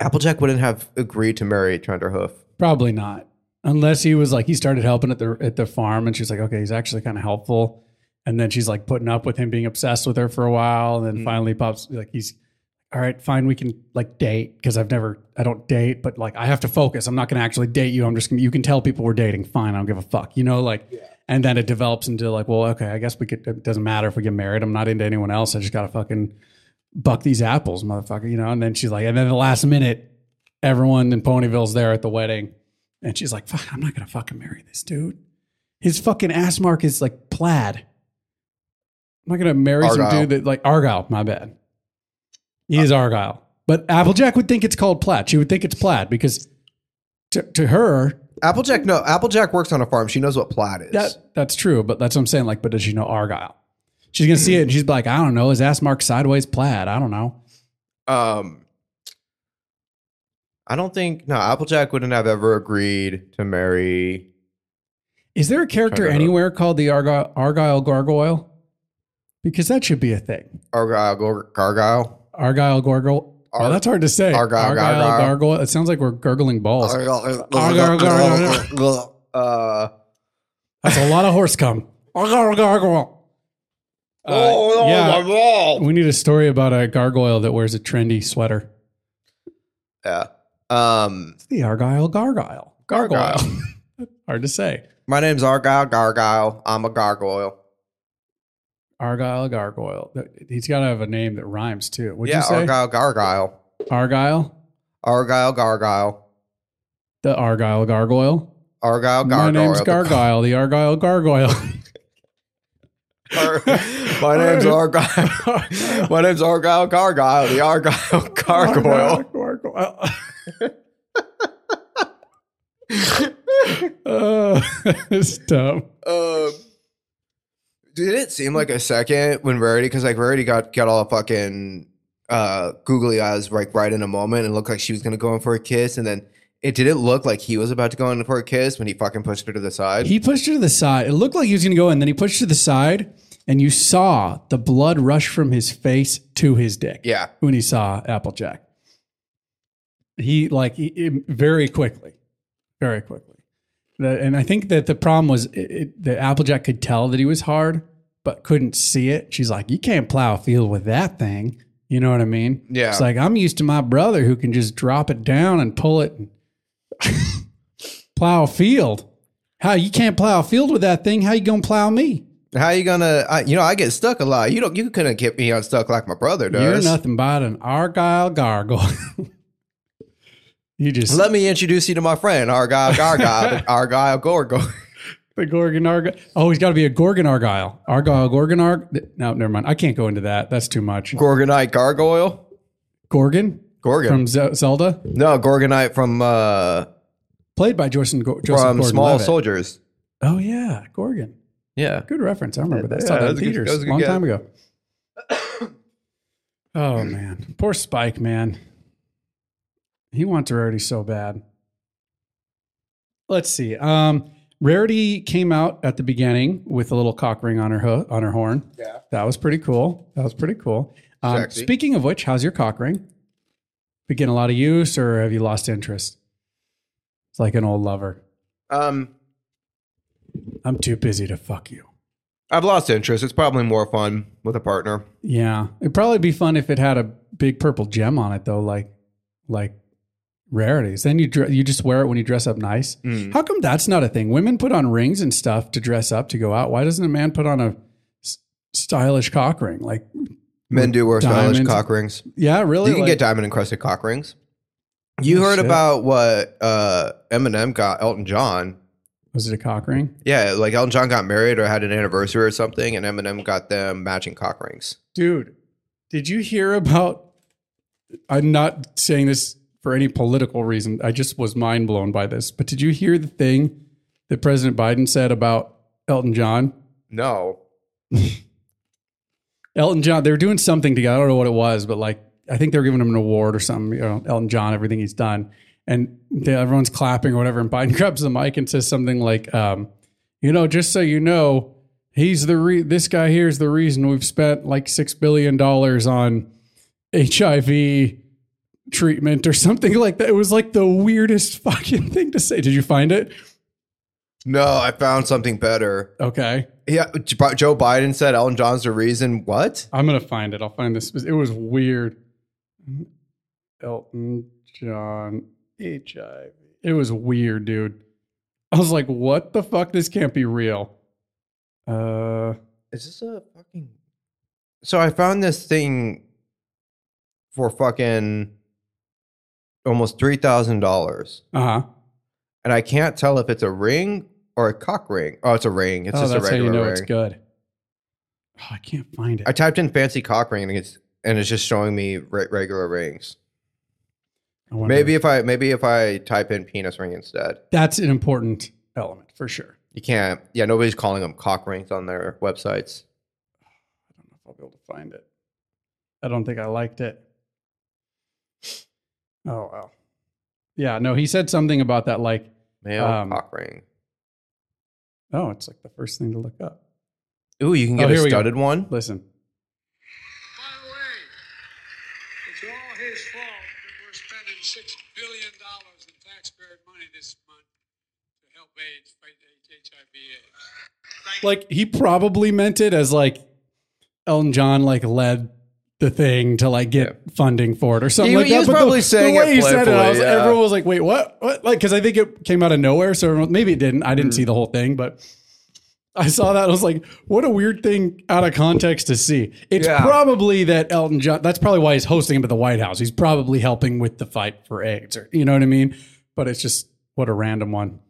Applejack wouldn't have agreed to marry Trenderhoof.
Probably not. Unless he was like he started helping at the at the farm and she's like, okay, he's actually kind of helpful. And then she's like putting up with him being obsessed with her for a while. And then finally pops like he's all right, fine, we can like date because I've never I don't date, but like I have to focus. I'm not gonna actually date you. I'm just gonna you can tell people we're dating. Fine, I don't give a fuck. You know, like and then it develops into like, well, okay, I guess we could it doesn't matter if we get married. I'm not into anyone else. I just gotta fucking buck these apples, motherfucker, you know? And then she's like, and then the last minute, everyone in Ponyville's there at the wedding. And she's like, fuck, I'm not going to fucking marry this dude. His fucking ass mark is like plaid. I'm not going to marry some
Argyle.
dude that, like, Argyle, my bad. He is Argyle. But Applejack would think it's called plaid. She would think it's plaid because to, to her,
Applejack, no, Applejack works on a farm. She knows what plaid is.
that, that's true, but that's what I'm saying. Like, but does she know Argyle? She's gonna see it and she's like, I don't know, his ass mark sideways plaid. I don't know.
Um, I don't think no Applejack wouldn't have ever agreed to marry.
Is there a character
Trying to-
anywhere called the Argyle, Argyle Gargoyle? Because that should be a thing.
Argyle, Gar- Gargyle.
Argyle Gargoyle.
Ar-
oh, that's hard to say.
Argyle Gargoyle.
Gargoyle. It sounds like we're gurgling balls.
Uh,
That's a lot of horse cum. Argyle Gargoyle. Uh,
Oh,
yeah,
yeah.
we need a story about a gargoyle that wears a trendy sweater.
yeah. Um,
It's the Argyle Gargoyle. Gargoyle.
Gargoyle.
hard to say.
my name's Argyle Gargyle. I'm a gargoyle.
Argyle Gargoyle. He's got to have a name that rhymes too. Would
yeah,
you say
Argyle Gargyle.
Argyle?
Argyle Gargyle.
The Argyle Gargoyle.
Argyle
My
Gargoyle.
name's Gargoyle, the Argyle Gargoyle.
Ar- my name's Argyle. my name's Argyle Gargyle. The Argyle Gargoyle.
Gargoyle. Uh, it's dumb.
Um, did it seem like a second when Rarity? Because like Rarity got got all fucking uh, googly eyes like right in a moment, and looked like she was gonna go in for a kiss, and then it didn't look like he was about to go in for a kiss when he fucking pushed her to the side.
He pushed her to the side. It looked like he was going to go in. Then he pushed her to the side, and you saw the blood rush from his face to his dick.
yeah,
When he saw Applejack, he like he, he- very quickly, very quickly. That- and I think that the problem was it, it, that Applejack could tell that he was hard, but couldn't see it. She's like, "You can't plow a field with that thing." You know what I mean?
Yeah.
It's like I'm used to my brother who can just drop it down and pull it and plow a field. How you can't plow a field with that thing? How you gonna plow me?
How you gonna? I, you know, I get stuck a lot. You don't. You couldn't get me unstuck like my brother
You're
does.
nothing but an argyle gargoyle. you just
Let me introduce you to my friend Argyle Gargoyle, Argyle Gorgo.
the gorgon argyle. Oh, he's got to be a gorgon argyle. Argyle gorgon arg. No, never mind. I can't go into that. That's too much.
Gorgonite Gargoyle.
Gorgon
Gorgon.
from Ze- Zelda,
no, Gorgonite from uh
played by Jordan. Go- Joseph
from
Gordon
Small Soldiers.
Oh yeah, Gorgon.
Yeah.
Good reference. I remember that. I
Yeah,
saw
that
that in
was a good-
theaters
that
a
was a good
long
guess.
time ago. oh man, poor Spike, man. He wants Rarity so bad. Let's see. Um, Rarity came out at the beginning with a little cock ring on her ho- on her horn. Yeah, that was pretty cool. That was pretty cool. Um,
Sexy.
speaking of which, how's your cock ring? Been getting a lot of use, or have you lost interest? It's like an old lover.
Um,
I'm too busy to fuck you.
I've lost interest. It's probably more fun with a partner.
Yeah, it'd probably be fun if it had a big purple gem on it, though. Like, like rarities. Then you dre- you just wear it when you dress up nice.
Mm.
How come that's not a thing? Women put on rings and stuff to dress up to go out. Why doesn't a man put on a s- stylish cock ring? Like,
Men do wear stylish
Diamonds.
cock rings.
yeah, really.
You can
like- Oh,
get diamond encrusted cock rings. You heard
shit.
about what uh, Eminem got Elton John.
Was it a cock ring,
Yeah, like Elton John got married or had an anniversary or something, and Eminem got them matching cock rings.
dude? Did you hear about? I'm not saying this for any political reason. I just was mind blown by this. But did you hear the thing that President Biden said about Elton John?
No.
Elton John, they were doing something together. I don't know what it was, but like I think they were giving him an award or something. You know, Elton John, everything he's done, and they, everyone's clapping or whatever. And Biden grabs the mic and says something like, um, "You know, just so you know, he's the re- this guy here is the reason we've spent like six billion dollars on HIV treatment or something like that." It was like the weirdest fucking thing to say. Did you find it?
No, I found something better.
Okay,
Yeah, J- Joe Biden said Elton John's the reason. What?
I'm gonna find it. I'll find this. It was weird. Elton John HIV. It was weird, dude. I was like, what the fuck? This can't be real. Uh
Is this a fucking. So I found this thing for fucking almost $3,000.
huh.
and I can't tell if it's a ring or a cock ring. Oh, it's a ring. It's
Oh,
just a
that's how you
regular
know
ring.
it's good. Oh, I can't find it.
I typed in fancy cock ring and it's and it's just showing me re- regular rings.
I wonder-
Maybe if I maybe if I type in penis ring instead,
that's an important element for sure.
you can't. Yeah, nobody's calling them cock rings on their websites.
I don't know if I'll be able to find it. I don't think I liked it. Oh well. Yeah, no, he said something about that like
Male
Um,
cock ring.
Oh, it's like the first thing to look up.
Ooh, you can
oh,
get a
here we go.
studded one.
Listen.
By the way, it's all his fault that we're spending six billion dollars in taxpayer money this month to help AIDS fight HIV/AIDS.
Like he probably meant it as like Elton John like led the thing to like get funding for it or something
He-
like
he
that.
was
But
probably
the,
saying
the way
it
he said it, I was,
playfully, yeah.
everyone was like, "Wait, what? What?" Like because I think it came out of nowhere. So everyone, maybe it didn't. I didn't
Mm.
see the whole thing, but I saw that. I was like, "What a weird thing out of context to see." It's
Yeah.
probably that Elton John. That's probably why he's hosting him at the White House. He's probably helping with the fight for AIDS, or you know what I mean. But it's just what a random one.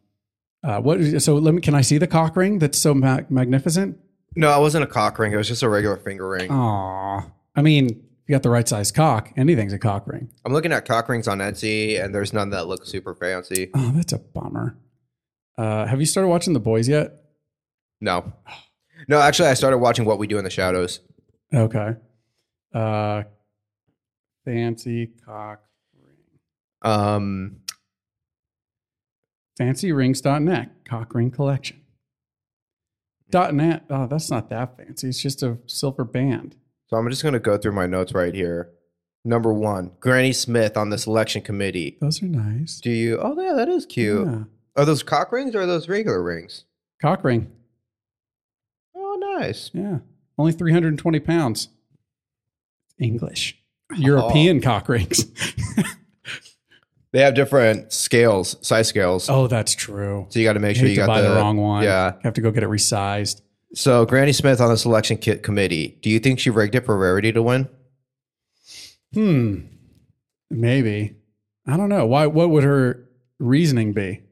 Uh, what? is- So let me. Can I see the cock ring that's so ma- magnificent?
No, it wasn't a cock ring. It was just a regular finger ring.
Oh. Aw. I mean, you got the right size cock. Anything's a cock ring.
I'm looking at cock rings on Etsy, and there's none that look super fancy.
Oh, that's a bummer. Uh, have you started watching The Boys yet?
No, no. Actually, I started watching What We Do in the Shadows.
Okay. Uh, fancy cock ring.
Um,
Fancyrings.net cock ring collection. Dot net. Oh, that's not that fancy. It's just a silver band.
So I'm just going to go through my notes right here. Number one, Granny Smith on the selection committee.
Those are nice.
Do you? Oh, yeah, that is cute.
Yeah.
Are those cock rings or are those regular rings?
Cock ring.
Oh, nice.
Yeah. Only 320 pounds.
Oh.
English. European cock rings.
They have different scales, size scales.
Oh, that's true.
So you got to make sure
hate
you got
to buy the, wrong one.
Yeah.
have to go get it resized.
So Granny Smith on the selection kit committee. Do you think she rigged it for Rarity to win?
Hmm. Maybe. I don't know. Why? What would her reasoning be?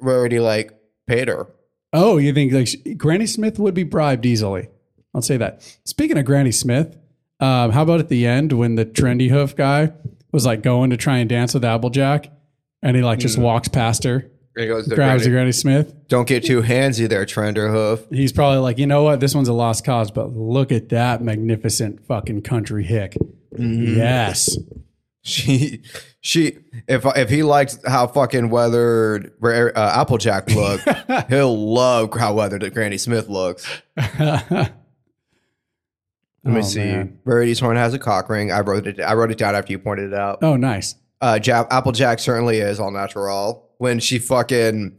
Rarity like paid her.
Oh, you think like she- Granny Smith would be bribed easily? I'll say that. Speaking of Granny Smith, um, how about at the end when the trendy hoof guy was like going to try and dance with Applejack, and he like just walks past her,
There goes Mm-hmm. the
grabs the
Granny.
Granny Smith.
Don't get too handsy there, Trenderhoof.
He's probably like, you know what, this one's a lost cause, but look at that magnificent fucking country hick.
Mm-hmm.
Yes.
She, she. If if he likes how fucking weathered Ra- uh, Applejack looked, he'll love how weathered Granny Smith looks. Let me
Oh,
see.
man.
Rarity's horn has a cock ring. I wrote it. I wrote it down after you pointed it out.
Oh, nice.
uh, ja- Applejack certainly is all natural. When she fucking,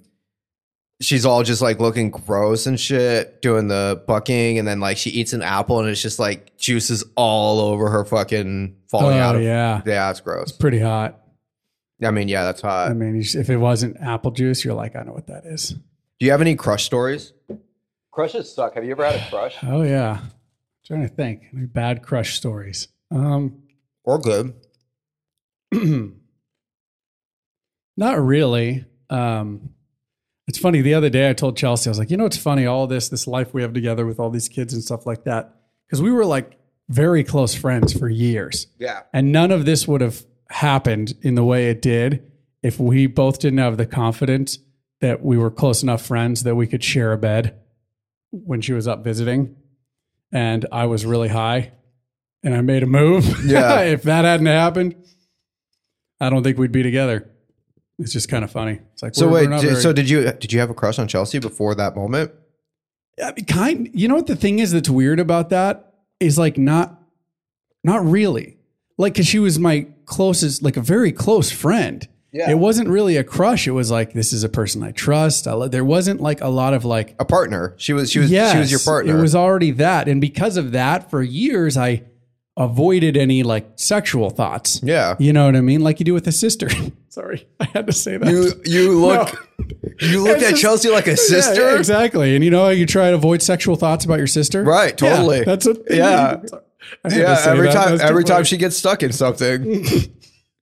she's all just like looking gross and shit, doing the bucking, and then like she eats an apple and it's just like juices all over her fucking
Oh,
falling out. Of-
yeah.
yeah, it's gross.
Pretty hot.
I mean, yeah, that's
I
hot.
mean, you s- if it wasn't apple juice, you're like, I know what that is.
Do you have any crush stories? Crushes suck. Have you ever had a crush?
Oh, yeah. trying to think. Any bad crush stories? Um,
Or good?
Not really. Um, it's funny. The other day, I told Chelsea, I was like, you know, it's funny all this this life we have together with all these kids and stuff like that, because we were like very close friends for years,
Yeah.
and none of this would have happened in the way it did if we both didn't have the confidence that we were close enough friends that we could share a bed when she was up visiting, and I was really high, and I made a move.
Yeah.
if that hadn't happened, I don't think we'd be together. It's just kind of funny. It's like
So
we're-
wait,
we're not
di-
very-
so did you did you have a crush on Chelsea before that moment?
I mean, kind. You know what the thing is that's weird about that is like not, not really. Like, cause she was my closest, like a very close friend.
Yeah.
It wasn't really a crush. It was like this is a person I trust. I lo- there wasn't like a lot of like
A partner. She was Oh, she was she was your
Yes,
partner.
It was already that. And because of that, for years, I avoided any like sexual thoughts.
yeah.
You know what I mean? Like you do with a sister. Sorry, I had to say that.
You you look you looked
It's
at
just-
Chelsea like a
Yeah,
sister.
yeah, exactly. And you know how you try to avoid sexual thoughts about your sister?
Right,
Yeah,
totally.
that's a
Yeah.
I had to
Yeah,
say
every
that.
time
That's too
every time
funny.
she gets stuck in something,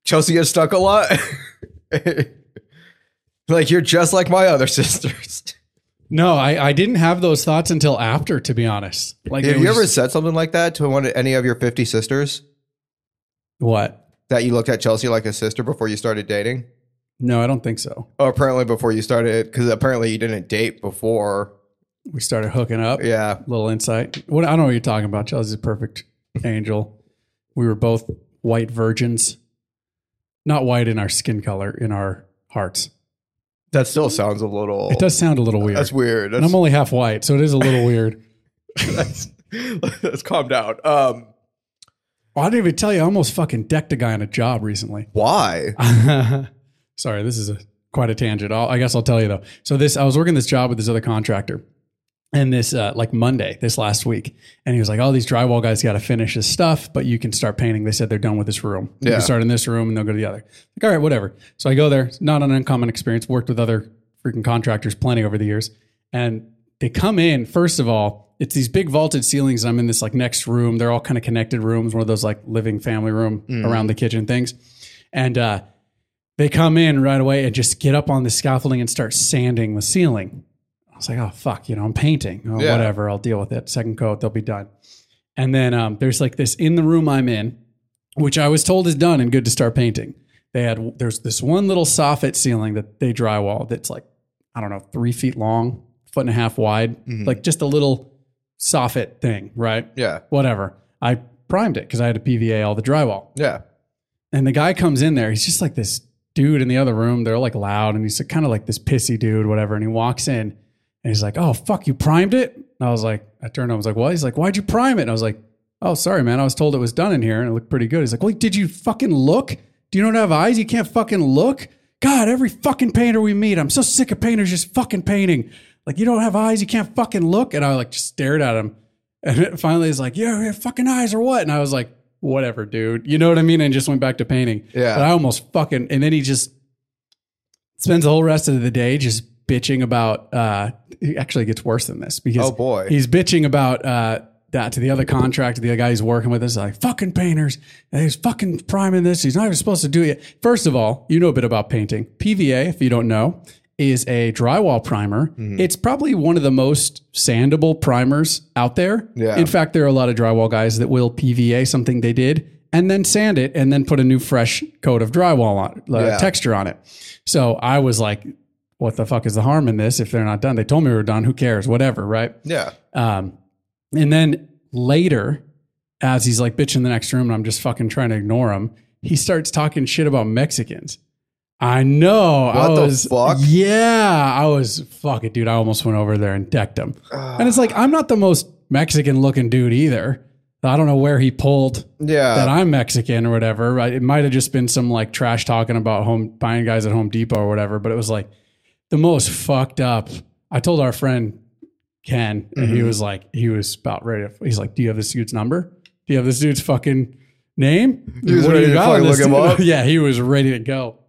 Chelsea gets stuck a lot. like you're just like my other sisters.
No, I, I didn't have those thoughts until after, to be honest. Like
Have
it
you
was
ever
just-
said something like that to one of any of your 50 sisters
what?
that you looked at Chelsea like a sister before you started dating?
No, I don't think so.
Oh, apparently before you started cuz apparently you didn't date before.
We started hooking up.
Yeah.
little insight. What I don't know what you're talking about. Chelsea's a perfect angel. We were both white virgins, not white in our skin color, in our hearts.
That still sounds a little
It does sound a little weird.
That's weird.
And
That's,
I'm only half white, so it is a little weird.
that's, let's calm down. Um
Well, I didn't even tell you. I almost fucking decked a guy on a job recently.
why?
Sorry, this is a quite a tangent. I'll, I guess I'll tell you though. So this, I was working this job with this other contractor, and this uh, like Monday, this last week, and he was like, "Oh, these drywall guys got to finish this stuff, but you can start painting." They said they're done with this room. You
Yeah.
can start in this room, and they'll go to the other. Like, all right, whatever. So I go there. It's not an uncommon experience. Worked with other freaking contractors plenty over the years, and they come in. First of all, it's these big vaulted ceilings. and I'm in this like next room. They're all kind of connected rooms, one of those like living family room around the kitchen things, and. uh they come in right away and just get up on the scaffolding and start sanding the ceiling. I was like, oh fuck, you know, I'm painting. Oh,
Yeah.
whatever, I'll deal with it. Second coat, they'll be done. And then um, there's like this in the room I'm in, which I was told is done and good to start painting. They had there's this one little soffit ceiling that they drywall that's like I don't know three feet long, foot and a half wide, like just a little soffit thing, right?
Yeah.
Whatever. I primed it because I had to PVA all the drywall.
Yeah.
And the guy comes in there. He's just like this dude in the other room. They're like loud and he's kind of like this pissy dude, whatever. And he walks in and he's like, Oh, fuck, you primed it? And I was like, I turned to him. I was like, What? He's like, Why'd you prime it? And I was like, Oh, sorry, man. I was told it was done in here and it looked pretty good. He's like, Well, did you fucking look? Do you not have eyes? You can't fucking look? God, every fucking painter we meet, I'm so sick of painters just fucking painting. Like, you don't have eyes, you can't fucking look. And I like just stared at him. And finally he's like, Yeah, you have fucking eyes or what? And I was like, whatever, dude. You know what I mean? And just went back to painting.
Yeah.
But I almost fucking, and then he just spends the whole rest of the day just bitching about, uh, he actually gets worse than this because
Oh, boy.
he's bitching about, uh, that to the other contractor, the other guy he's working with is like fucking painters. and He's fucking priming this. He's not even supposed to do it. First of all, you know a bit about painting. PVA, if you don't know, is a drywall primer.
Mm-hmm.
It's probably one of the most sandable primers out there.
Yeah.
In fact, there are a lot of drywall guys that will PVA something they did and then sand it and then put a new fresh coat of drywall on uh,
Yeah.
texture on it. So I was like, what the fuck is the harm in this if they're not done? They told me we were done. Who cares? Whatever, right?
Yeah.
Um, and then later, as he's like bitching in the next room, and I'm just fucking trying to ignore him, he starts talking shit about Mexicans. I know. I
What the
was,
fuck?
Yeah, I was fuck it, dude. I almost went over there and decked him. and it's like I'm not the most Mexican looking dude either. I don't know where he pulled
Yeah.
that I'm Mexican or whatever. Right? It might have just been some like trash talking about home buying guys at Home Depot or whatever. But it was like the most fucked up. I told our friend Ken, and
Mm-hmm.
he was like, he was about ready. To, he's like, "Do you have this dude's number? Do you have this dude's fucking name?"
He was
do
ready
you
to
got on
fucking
this
look him
dude?"
up?
yeah, he was ready to go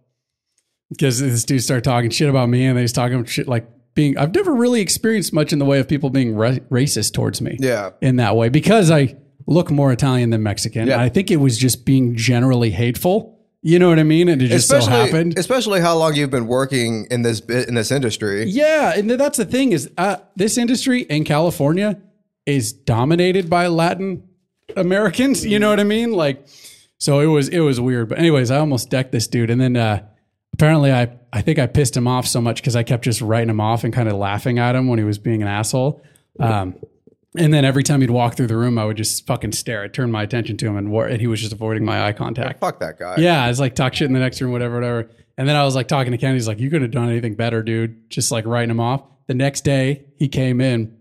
because this dude started talking shit about me, and then he's talking shit like being. I've never really experienced much in the way of people being ra- racist towards me
yeah.
in that way because I look more Italian than Mexican.
Yeah.
I think it was just being generally hateful. You know what I mean? And it just so happened.
especially how long you've been working in this in this industry.
Yeah, and th- that's the thing is uh, this industry in California is dominated by Latin Americans. You know what I mean? Like, so it was it was weird. But anyways, I almost decked this dude, and then uh, apparently I I think I pissed him off so much because I kept just writing him off and kind of laughing at him when he was being an asshole. Um, and then every time he'd walk through the room, I would just fucking stare. I turned my attention to him, and, wa- and he was just avoiding my eye contact.
Fuck that guy.
Yeah, I was like talk shit in the next room, whatever, whatever. And then I was like talking to Ken. He's like, "You could have done anything better, dude." Just like writing him off. The next day, he came in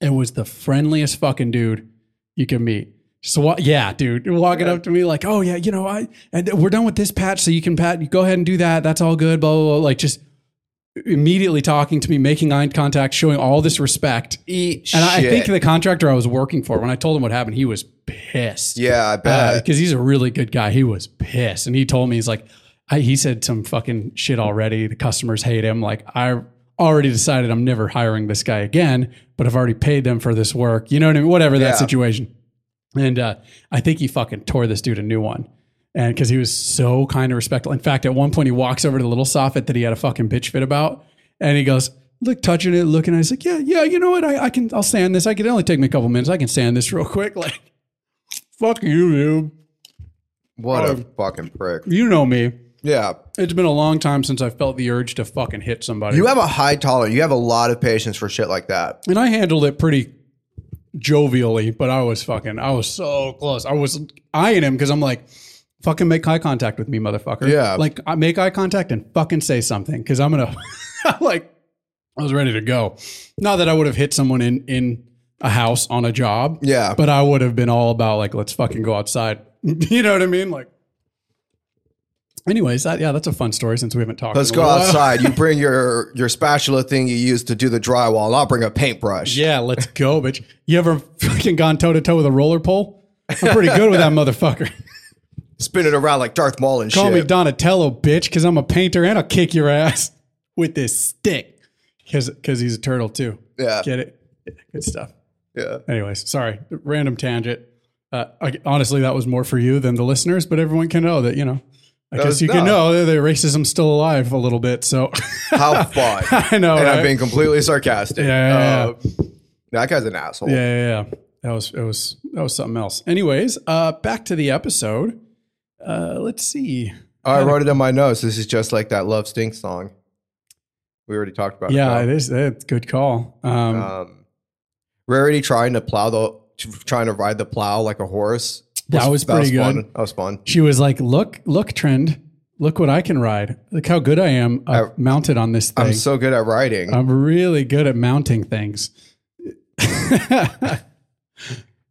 and was the friendliest fucking dude you could meet. So wa- yeah, dude, walking up to me like, "Oh yeah, you know, I and we're done with this patch, so you can pat. You go ahead and do that. That's all good." Blah blah. blah. Like just immediately talking to me, making eye contact, showing all this respect.
Eat
And I, I
shit.
think the contractor I was working for, when I told him what happened, he was pissed
yeah, I bet.
Uh, because he's a really good guy. He was pissed, and he told me he's like, I, he said some fucking shit already. The customers hate him. Like I already decided I'm never hiring this guy again, but I've already paid them for this work. You know what I mean? Whatever that
Yeah.
situation. And uh, I think he fucking tore this dude a new one. And because he was so kind and respectful. In fact, at one point he walks over to the little soffit that he had a fucking bitch fit about, and he goes, "Look, touching it, looking." at it." He's like, "Yeah, yeah, you know what? I, I can, I'll stand this. I can it only take me a couple minutes. I can stand this real quick." Like, fuck you, dude.
what a fucking prick.
You know me.
Yeah.
It's been a long time since I felt the urge to fucking hit somebody.
You have a high tolerance. You have a lot of patience for shit like that.
and I handled it pretty jovially, but I was fucking, I was so close. I was eyeing him because I'm like, fucking make eye contact with me, motherfucker.
Yeah.
Like, I make eye contact and fucking say something because I'm going to, like, I was ready to go. Not that I would have hit someone in, in a house on a job.
Yeah.
But I would have been all about, like, let's fucking go outside. you know what I mean? Like, anyways, that, yeah, that's a fun story since we haven't talked.
Let's
in a
go
while.
outside. You bring your your spatula thing you use to do the drywall. and I'll bring a paintbrush.
Yeah, let's go, bitch. You ever fucking gone toe to toe with a roller pole? I'm pretty good with that motherfucker.
Spin it around like Darth Maul and
Call me
shit.
Donatello, bitch, because I'm a painter and I'll kick your ass with this stick. Because he's a turtle too.
Yeah.
Get it? Yeah, good stuff.
yeah.
Anyways, sorry, random tangent. Uh, I, honestly, that was more for you than the listeners, but everyone can know that, you know,
That
I guess
was-
you
no.
can know that the racism's still alive a little bit. So
How fun.
I know.
and
right?
I'm being completely sarcastic.
Yeah, yeah,
Uh, that guy's an asshole.
Yeah, yeah, yeah. That was it was that was something else. Anyways, uh back to the episode. Uh let's see.
Oh, I wrote it in my notes. This is just like that Love Stinks song. We already talked about
Yeah,
it.
it
though.
is it's a good call. Um
Um, Rarity trying to plow the, trying to ride the plow like a horse.
That was pretty good.
Fun. That was fun.
she was like, "Look, look trend. Look what I can ride. Look how good I am uh,
I-
mounted on this thing.
I'm so good at riding.
I'm really good at mounting things."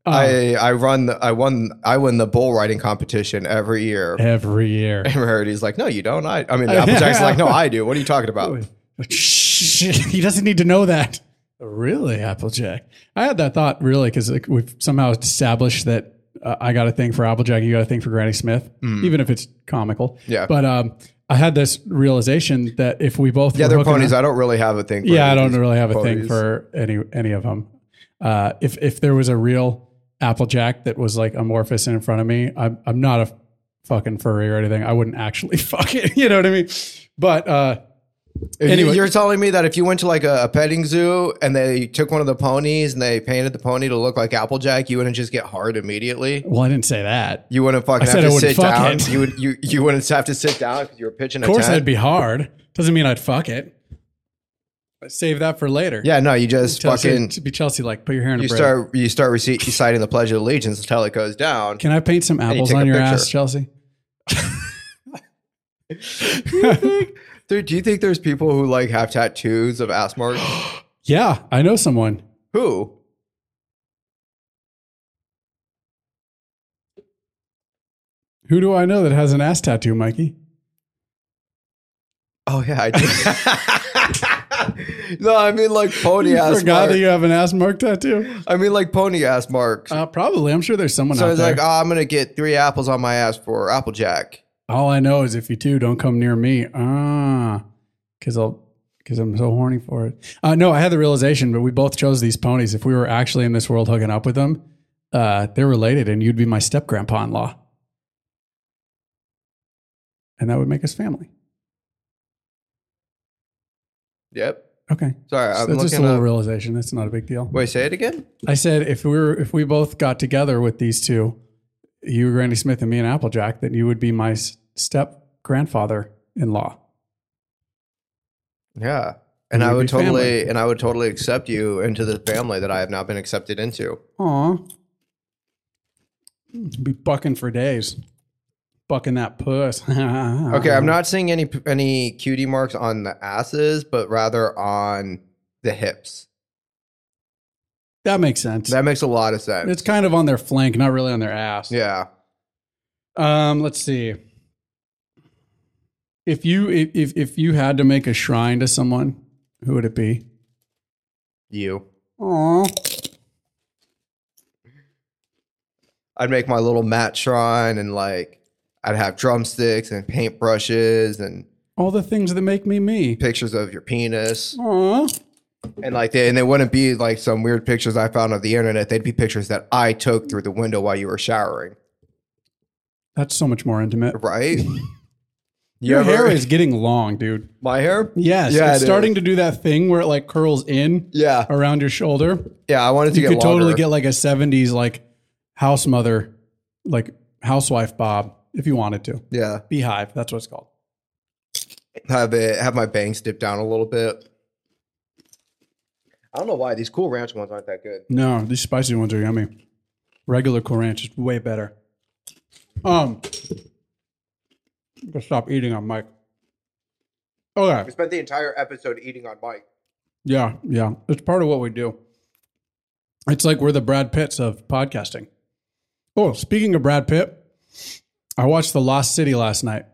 I I run the, I won I win the bull riding competition every year.
Eh. Every year.
And Rarity's like, no, you don't. I I mean, Applejack's like, no, I do. What are you talking about?
Shh, he doesn't need to know that. Really, Applejack? I had that thought really because like, we've somehow established that uh, I got a thing for Applejack, you got a thing for Granny Smith, even if it's comical.
Mm. Yeah.
But um, I had this realization that if we both
Yeah,
were
they're
hooking
ponies.
up-
I don't really have a thing. For
yeah, I
any of
don't
these
really have a thing
ponies.
for any any of them. Uh, if if there was a real Applejack that was like amorphous and in front of me, I'm I'm not a fucking furry or anything. I wouldn't actually fuck it. You know what I mean? But uh,
If
Anyway.
You, are telling me that if you went to like a, a petting zoo and they took one of the ponies and they painted the pony to look like Applejack, you wouldn't just get hard immediately.
well, I didn't say that.
You wouldn't fucking
I said
have
I
to
wouldn't
sit
fuck
down.
it.
You would you you wouldn't have to sit down because you were pitching
Of course,
a tent.
that'd be hard. Doesn't mean I'd fuck it. I save that for later.
yeah, no, you just
Chelsea,
fucking
to be Chelsea like put your hair in a
you
braid.
start you start rece- reciting the Pledge of Allegiance until it goes down.
Can I paint some apples
take a
on your
picture.
ass, Chelsea?
Dude, do you think there's people who like have tattoos of ass marks?
Yeah, I know someone.
who?
Who do I know that has an ass tattoo, Mikey?
Oh yeah, I do. no, I mean like pony
You
ass.
forgot
Mark.
that you have an ass mark tattoo?
I mean like pony ass marks.
Uh, probably. I'm sure there's someone
So
out
it's
there.
like, oh, I'm gonna get three apples on my ass for Applejack.
All I know is if you two don't come near me, ah, because I'll because I'm so horny for it. Uh, no, I had the realization, but we both chose these ponies. If we were actually in this world hooking up with them, uh, they're related, and you'd be my step grandpa in law, and that would make us family.
Yep.
Okay,
Sorry,
so
uh, I'm
that's just a
looking
little
up.
realization. That's not a big deal.
Wait, say it again.
I said if we were if we both got together with these two, you Randy Smith and me and Applejack, then you would be my s- step grandfather in law.
Yeah. And I
We'd
would
be family.
totally and I would totally accept you into the family that I have not been accepted into.
Aw. Hmm, Be bucking for days. Bucking that puss.
Okay,
okay,
I'm not seeing any any cutie marks on the asses, but rather on the hips.
That makes sense.
That makes a lot of sense.
it's kind of on their flank, not really on their ass.
yeah.
Um, let's see. If you if if- if you had to make a shrine to someone, who would it be?
You.
Aw.
I'd make my little mat shrine and like I'd have drumsticks and paintbrushes and
All the things that make me me.
pictures of your penis.
Aw.
And like they, and they wouldn't be like some weird pictures I found on the internet. They'd be pictures that I took through the window while you were showering,
That's so much more intimate.
right? You
Your
ever-
hair is getting long, dude.
my hair.
Yes.
Yeah,
it's
it
starting
is.
to do that thing where it like curls in
Yeah,
around your shoulder.
yeah. I wanted to
you
get
could totally
longer.
get like a 70s like house mother like housewife bob if you wanted to
yeah.
beehive that's what it's called
Have it. Have my bangs dip down a little bit. I don't know why these cool ranch ones aren't that good.
no these spicy ones are yummy regular cool ranch is way better um I'm gonna stop eating on mike
We
okay
spent the entire episode eating on Mike.
yeah yeah it's part of what we do it's like we're the brad pitts of podcasting oh speaking of brad pitt i watched the lost city last night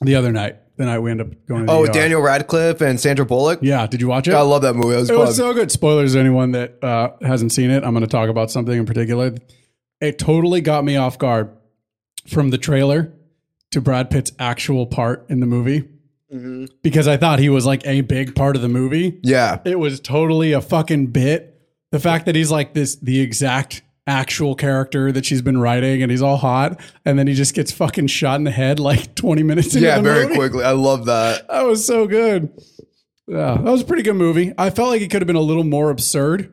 the other night the night we end up going to the
Oh,
ER.
Daniel Radcliffe and Sandra Bullock.
Yeah, did you watch it?
I love that movie. It was,
it
fun.
was so good. Spoilers to anyone that uh, hasn't seen it. I'm going to talk about something in particular. It totally got me off guard from the trailer to Brad Pitt's actual part in the movie
Mm-hmm.
because I thought he was like a big part of the movie.
yeah,
It was totally a fucking bit. The fact that he's like this, the exact actual character that she's been writing and he's all hot and then he just gets fucking shot in the head like 20 minutes into
yeah.
the
Very
movie.
quickly. I love that.
That was so good. Yeah, that was a pretty good movie. I felt like it could have been a little more absurd,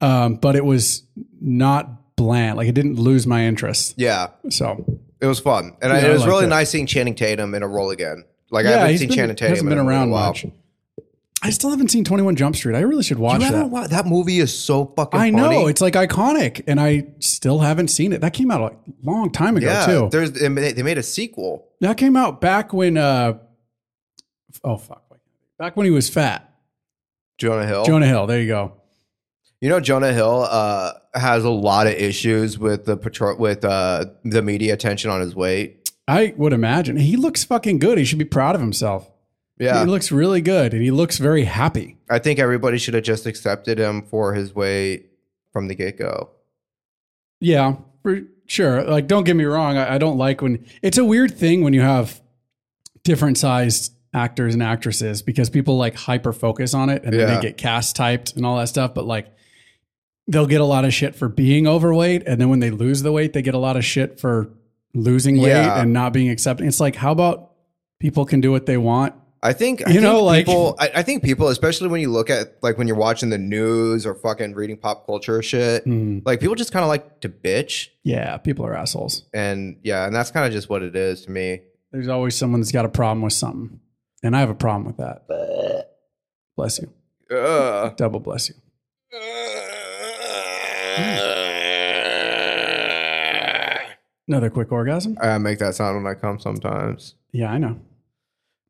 um, but it was not bland. Like it didn't lose my interest.
Yeah.
So
It was fun, and I,
Yeah,
it
I
was
liked
really
it.
nice seeing Channing Tatum in a role again. Like I
yeah,
haven't
he's
seen
been-
Channing Tatum
hasn't
in
been
a really
around
while.
much. I still haven't seen Twenty One Jump Street. I really should watch
You haven't
that.
wa- that movie is so fucking.
I know
funny.
it's like iconic, and I still haven't seen it. That came out a long time ago
yeah.
too.
There's they made they made a sequel.
That came out back when, uh, oh fuck, back when he was fat.
Jonah Hill.
Jonah Hill. There you go.
you know Jonah Hill uh, has a lot of issues with the patro- with uh, the media attention on his weight.
I would imagine he looks fucking good. He should be proud of himself.
Yeah,
He looks really good and he looks very happy.
I think everybody should have just accepted him for his weight from the get go.
Yeah. for- sure. Like, don't get me wrong. I, I don't like when it's a weird thing when you have different sized actors and actresses because people like hyper focus on it and then
Yeah.
they get cast typed and all that stuff. But like, they'll get a lot of shit for being overweight. And then when they lose the weight, they get a lot of shit for losing weight
Yeah.
and not being accepted. It's like, how about people can do what they want?
I think I
You know,
think
like-
people, I, I think people, especially when you look at like when you're watching the news or fucking reading pop culture shit, like people just kind of like to bitch,
Hmm. Yeah, people are assholes.
and yeah, and that's kind of just what it is to me.
There's always someone that's got a problem with something. And I have a problem with that. Bless you.
Ugh.
Double bless you. Another quick orgasm.
I make that sound when I come sometimes.
Yeah, I know.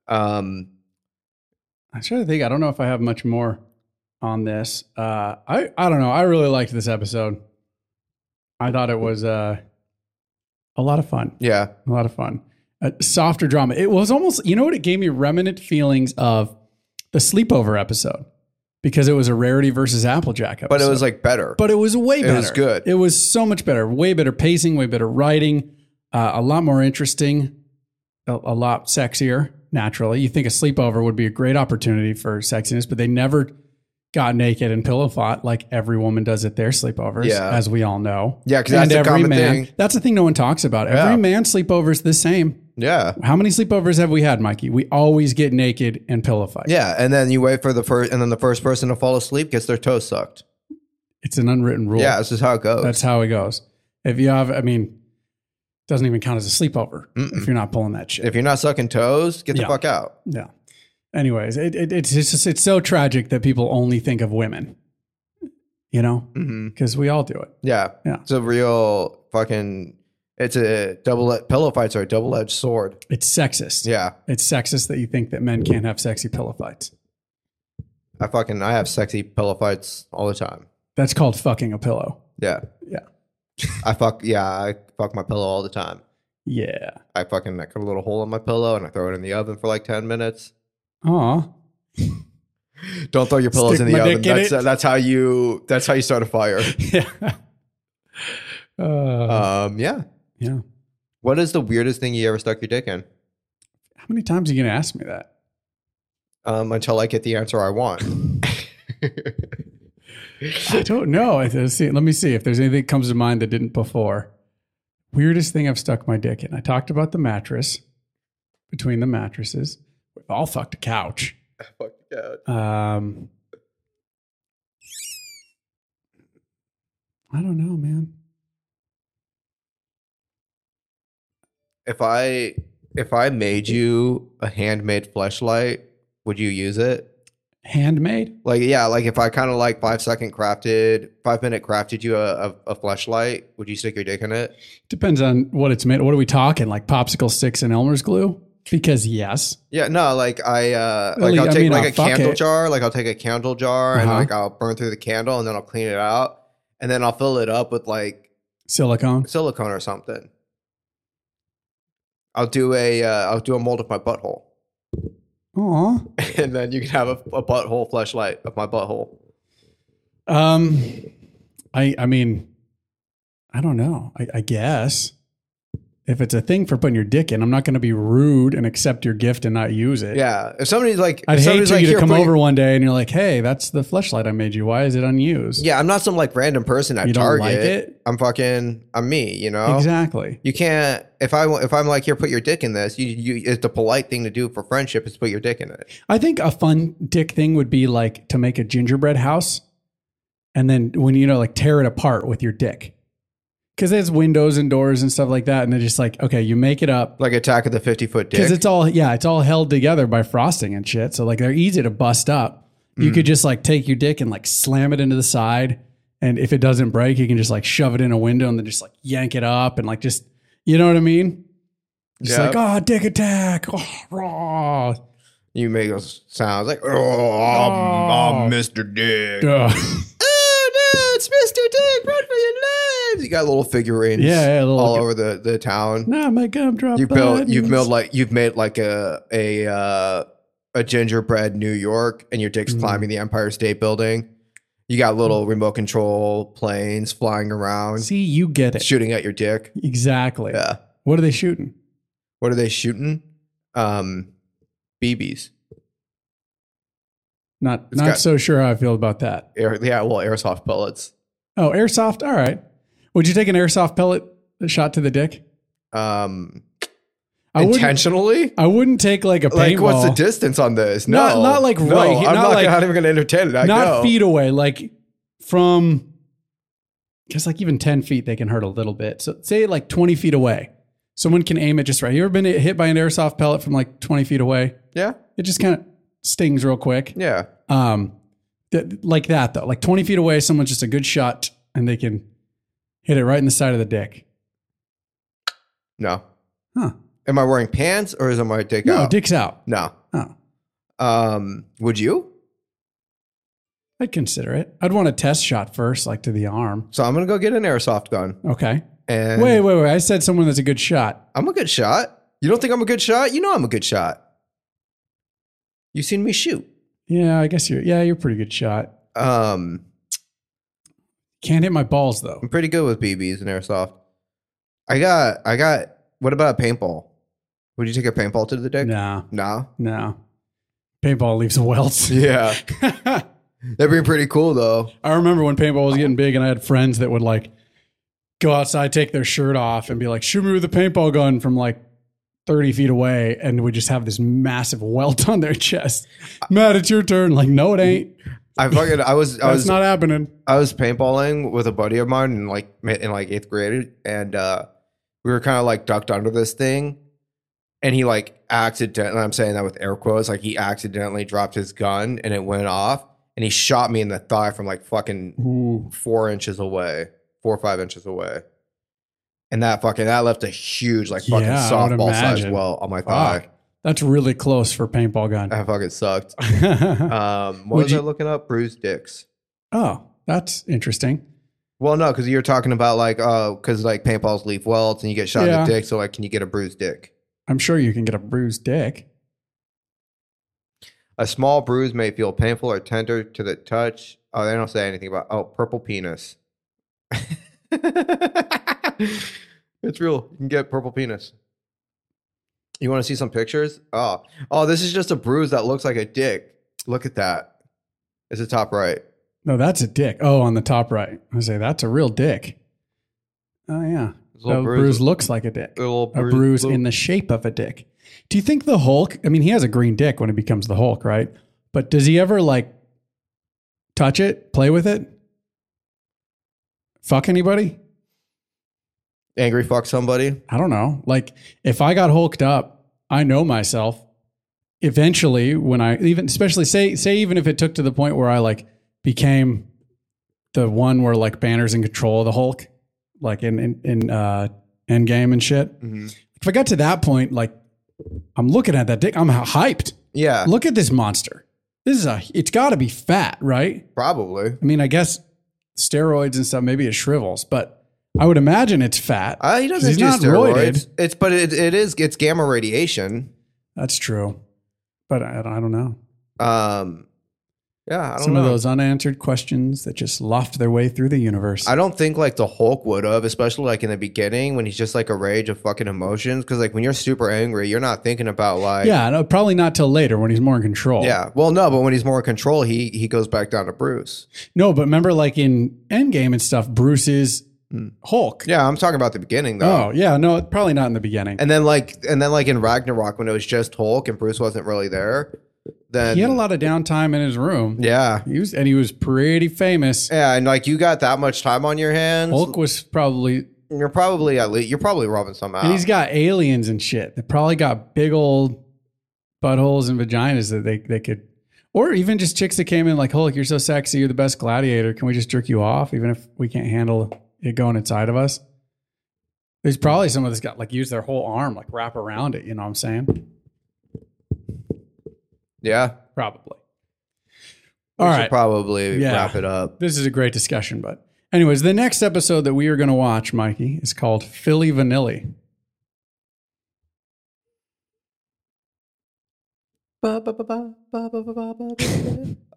Um,
I'm trying to think. I don't know if I have much more on this. Uh, I I don't know. I really liked this episode. I thought it was uh, a lot of fun.
yeah,
A lot of fun. A softer drama. It was almost. You know what? It gave me remnant feelings of the sleepover episode because it was a rarity versus Applejack episode.
but it was like better.
But it was way better.
was good.
It was so much better. Way better pacing, way better writing, uh, a lot more interesting, a, a lot sexier, naturally. You think a sleepover would be a great opportunity for sexiness, but they never got naked and pillow fought like every woman does at their sleepovers,
Yeah.
as we all know.
Yeah, 'cause
And
that's a common
man,
thing.
That's the thing no one talks about.
Yeah.
Every man sleepover's the same.
yeah,
How many sleepovers have we had, Mikey? We always get naked and pillow fight.
yeah, and then you wait for the first, and then the first person to fall asleep gets their toe sucked.
It's an unwritten rule.
Yeah, this is how it goes.
That's how it goes. If you have, I mean, it doesn't even count as a sleepover if you're not pulling that shit.
if you're not sucking toes, get the
Yeah.
fuck out.
yeah. Anyways, it, it, it's it's just it's so tragic that people only think of women, you know, because we all do it.
Yeah.
Yeah.
It's a real fucking it's a double pillow fights are a double edged sword.
It's sexist.
Yeah.
It's sexist that you think that men can't have sexy pillow fights.
I fucking I have sexy pillow fights all the time.
That's called fucking a pillow.
Yeah.
Yeah.
I fuck yeah, I fuck my pillow all the time.
Yeah.
I fucking I cut a little hole in my pillow and I throw it in the oven for like ten minutes.
Aw.
Don't throw your pillows
Stick
in the
my
oven.
dick in
That's
it.
that's how you that's how you start a fire.
Yeah. Uh,
um yeah.
yeah.
What is the weirdest thing you ever stuck your dick in?
How many times are you gonna ask me that?
Um, until I get the answer I want.
I don't know. I let's see, let me see if there's anything that comes to mind that didn't before. Weirdest thing I've stuck my dick in. I talked about the mattress between the mattresses. We've all fucked a couch.
Fuck yeah.
Um, I don't know, man.
if I if I made you a handmade fleshlight, would you use it?
Handmade?
Like yeah, like if I kind of like five second crafted, five minute crafted you a, a, a fleshlight, would you stick your dick in it?
Depends on what it's made. What are we talking? Like popsicle sticks and Elmer's glue? Because yes.
Yeah, no, like I uh
Well,
like I'll
I
take
mean,
like
I'll
a
fuck
candle
it.
jar, like I'll take a candle jar and
Uh-huh.
like I'll burn through the candle and then I'll clean it out and then I'll fill it up with like
Silicone.
silicone or something. I'll do a uh, I'll do a mold of my butthole.
Aw.
and then you can have a, a butthole fleshlight of my butthole.
Um, I I mean, I don't know. I, I guess if it's a thing for putting your dick in, I'm not going to be rude and accept your gift and not use it.
Yeah. If somebody's like,
I'd
if
hate
somebody's
for
like,
you to
"Here,
come
put-
over one day and you're like, "Hey, that's the fleshlight I made you. Why is it unused?"
Yeah, I'm not some like random person at
You don't
Target.
like it?
I'm fucking, I'm me. You know.
exactly.
You can't. If I if I'm like here, put your dick in this. You you. It's the polite thing to do for friendship is put your dick in it.
I think a fun dick thing would be like to make a gingerbread house, and then when you know, like tear it apart with your dick, because there's windows and doors and stuff like that, and they're just like, okay, you make it up.
Like attack of the fifty foot dick.
because it's all yeah, it's all held together by frosting and shit. So like they're easy to bust up. You
Mm.
could just like take your dick and like slam it into the side, and if it doesn't break, you can just like shove it in a window and then just like yank it up and like just you know what I mean. Just
Yeah.
like oh, dick attack, oh, raw.
you make those sounds like oh,
Oh.
I'm, I'm Mr. Dick.
Ugh.
Oh no, it's Mr. Dick. Run for your lives. You got little figurines.
Yeah, yeah, little-
all over the the town.
Now my gumdrop.
You built you've
buttons.
made like you've made like a a
Mm-hmm.
uh, a gingerbread New York and your dick's climbing the Empire State Building. You got little remote control planes flying around,
See, you get it.
shooting at your dick.
Exactly.
Yeah.
What are they shooting?
What are they shooting? Um, BBs.
Not
It's
not
got-
so sure how I feel about that.
Air, yeah, well, airsoft pellets.
Oh, airsoft. All right. Would you take an airsoft pellet shot to the dick?
Um,
I wouldn't.
intentionally?
I wouldn't take like a paintball.
Like, what's the distance on this? No,
Not- not like
no,
right-
I'm
not
not,
like-
not even going to entertain it. I
not
know.
feet away, like from just like even 10 feet, they can hurt a little bit. So say like 20 feet away, someone can aim it just right. You ever been hit by an airsoft pellet from like 20 feet away?
Yeah,
It just kind of stings real quick.
yeah.
Um, th- like that though, like 20 feet away, someone's just a good shot and they can hit it right in the side of the dick.
No.
Huh.
Am I wearing pants or is it my dick
No,
out?
dick's out.
no.
Oh,
Um, would you?
I'd consider it. I'd want a test shot first, like to the arm.
So I'm gonna go get an airsoft gun.
Okay.
And
Wait, wait, wait. I said someone that's a good shot.
I'm a good shot. You don't think I'm a good shot? You know I'm a good shot. You seen me shoot.
Yeah, I guess you're, yeah, you're a pretty good shot.
Um,
Can't hit my balls though.
I'm pretty good with BBs and airsoft. I got, I got. What about a paintball? Would you take a paintball to the dick?
No,
No.
no. Paintball leaves welts.
Yeah,
I
that'd be pretty cool though.
remember when paintball was getting big, and I had friends that would like go outside, take their shirt off, and be like, "Shoot me with a paintball gun from like." 30 feet away and would just have this massive welt on their chest. Matt, it's your turn. Like, no, it ain't.
I fucking, I was, I
That's
was,
not happening.
I was paintballing with a buddy of mine in like mi- in like eighth grade, and uh, we were kind of like ducked under this thing, and he like accidentally. I'm saying that with air quotes, like he accidentally dropped his gun and it went off, and he shot me in the thigh from like fucking
Ooh.
four inches away, four or five inches away, and that fucking that left a huge like fucking
Yeah, I would
softball size
imagine.
well on my thigh.
Fuck. Ah. That's really close for paintball gun.
That fucking sucked. Um, what
Would
was I
you-
looking up? Bruised dicks.
oh, that's interesting.
Well, no, because you're talking about like, oh, because like paintballs leave welts and you get shot in
Yeah.
the dick. So like, can you get a bruised dick?
I'm sure you can get a bruised dick.
A small bruise may feel painful or tender to the touch. Oh, they don't say anything about. Oh, purple penis. it's real. You can get purple penis. You want to see some pictures? Oh, oh, this is just a bruise that looks like a dick. Look at that. It's the top right.
No, that's a dick. Oh, on the top right. I say that's a real dick. Oh yeah.
It's a
The
little
bruise.
bruise.
looks like a dick.
A little
a
bruise-
bruise
little-
in the shape of a dick. Do you think the Hulk, I mean he has a green dick when he becomes the Hulk, right? But does he ever like touch it, play with it? Fuck anybody?
Angry fuck somebody.
I don't know. Like if I got hulked up, I know myself. Eventually, when I even especially say say even if it took to the point where I like became the one where like Banner's in control of the Hulk, like in in, in uh Endgame and shit. If I got to that point, like I'm looking at that dick, I'm hyped.
Yeah,
Look at this monster. This is a it's gotta be fat, right?
probably.
I mean, I guess steroids and stuff, maybe it shrivels, but I would imagine it's fat.
Uh, he doesn't
He's
do
not
steroids.
roided.
It's but it, it is it's gamma radiation.
That's true. But I, I don't know.
Um, yeah, I don't
Some
know.
of those unanswered questions that just loft their way through the universe.
I don't think like the Hulk would have, especially like in the beginning when he's just like a rage of fucking emotions. Because like when you're super angry, you're not thinking about like
yeah, no, probably not till later when he's more in control.
yeah. Well, no, but when he's more in control, he he goes back down to Bruce.
No, but remember, like in Endgame and stuff, Bruce is Hulk.
Hmm. Yeah, I'm talking about the beginning though.
Oh, yeah. No, probably not in the beginning.
And then like and then like in Ragnarok when it was just Hulk and Bruce wasn't really there. Then
he had a lot of downtime in his room.
Yeah,
He was, and he was pretty famous.
yeah, and like you got that much time on your hands.
Hulk was probably,
You're probably at least you're probably robbing some out.
and he's got aliens and shit that probably got big old buttholes and vaginas that they, they could, or even just chicks that came in like, Hulk, you're so sexy. You're the best gladiator. Can we just jerk you off? Even if we can't handle it going inside of us. There's probably someone that's got like use their whole arm, like wrap around it. You know what I'm saying?
yeah.
Probably.
We
All
should
right.
probably
Yeah.
wrap it up.
this is a great discussion, but anyways, the next episode that we are going to watch, Mikey, is called Philly Vanilli.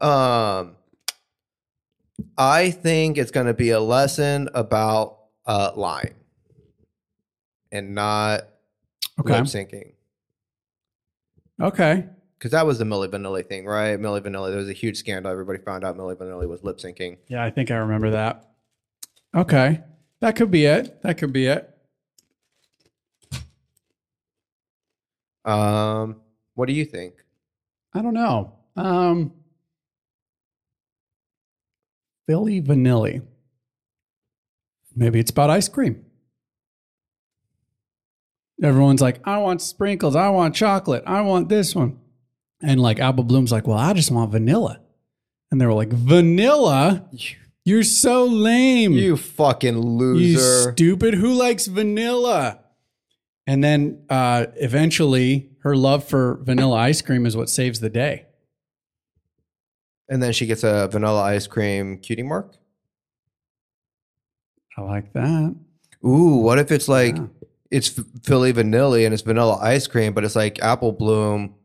Um, I think it's going to be a lesson about uh, lying and not
Okay.
lip syncing.
Okay.
Because that was the Millie Vanilli thing, right? Millie Vanilli. There was a huge scandal. Everybody found out Millie Vanilli was lip syncing.
Yeah, I think I remember that. Okay. That could be it. That could be it.
Um, what do you think?
I don't know. Um, Philly Vanilli. Maybe it's about ice cream. Everyone's like, I want sprinkles. I want chocolate. I want this one. And like Alba Bloom's like, well, I just want vanilla. And they were like, vanilla? You're so lame.
You fucking
Hmm. You
loser.
stupid. Who likes vanilla? And then uh, eventually, her love for vanilla ice cream is what saves the day.
and then she gets a vanilla ice cream cutie mark.
I like that.
Ooh, what if it's like
Yeah.
it's f- Philly vanilla and it's vanilla ice cream, but it's like Apple Bloom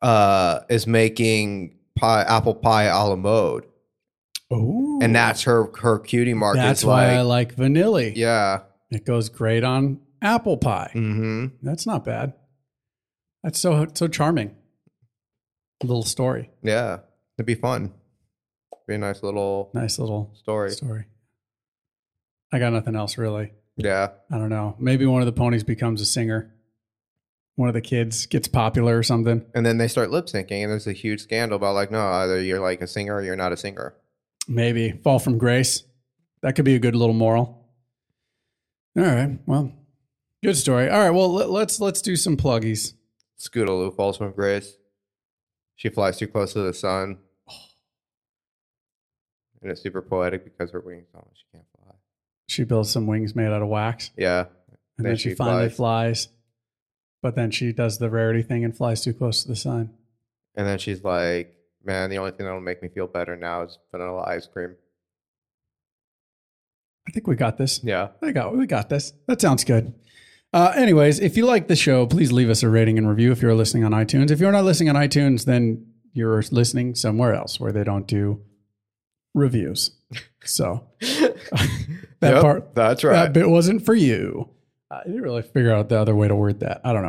uh, is making pie apple pie a la mode,
Oh,
and that's her her cutie mark.
that's
is
why
like,
I like vanilla.
yeah,
It goes great on apple pie.
hmm
That's not bad. That's so so charming. Little story.
yeah, it'd be fun. Be a nice little
Nice little
story.
story. I got nothing else really.
Yeah,
I don't know. Maybe one of the ponies becomes a singer. One of the kids gets popular or something.
and then they start lip syncing, and there's a huge scandal about like, no, either you're like a singer or you're not a singer.
Maybe fall from grace. That could be a good little moral. All right. Well, good story. All right. Well, let, let's let's do some pluggies.
Scootaloo falls from grace. She flies too close to the sun. And it's super poetic because her wings don't, she can't fly.
She builds some wings made out of wax,
Yeah.
and then, she, finally flies. But then she does the rarity thing and flies too close to the sun.
And then she's like, man, the only thing that'll make me feel better now is vanilla ice cream.
I think we got this.
Yeah.
I got we got this. That sounds good. Uh, anyways, if you like the show, please leave us a rating and review if you're listening on iTunes. If you're not listening on iTunes, then you're listening somewhere else where they don't do reviews. So that
Yep,
part
That's right.
that bit wasn't for you. I didn't really figure out the other way to word that. I don't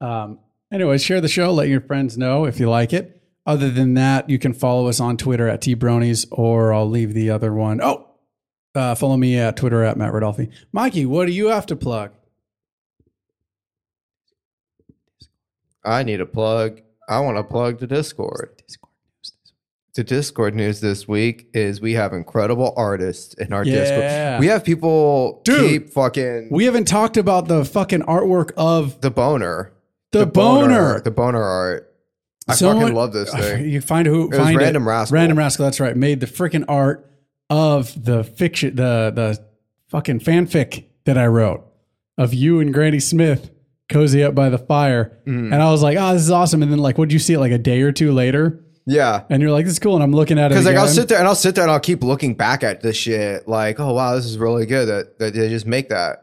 know. Um, anyways, share the show. Let your friends know if you like it. Other than that, you can follow us on Twitter at tbronies, or I'll leave the other one. Oh, uh, follow me at Twitter at Matt Rodolphi. Mikey, what do you have to plug?
I need a plug. I want to plug the Discord. The Discord news this week is we have incredible artists in our
Yeah.
Discord. We have people
Dude.
keep fucking
We haven't talked about the fucking artwork of
the boner.
the, boner.
The boner art. I
Someone-
fucking love this thing.
You find who?
was
find
Random Rascal.
Random Rascal. That's right. Made the freaking art of the fiction, the the fucking fanfic that I wrote of you and Granny Smith cozy up by the fire,
Mm.
and I was like, "Oh, this is awesome!" And then like, what would you see it like a day or two later?
Yeah.
And you're like, "This is cool." And I'm looking at it
Because like I'll
again.
sit there and I'll sit there and I'll keep looking back at this shit. Like, oh wow, this is really good that, that they just make that.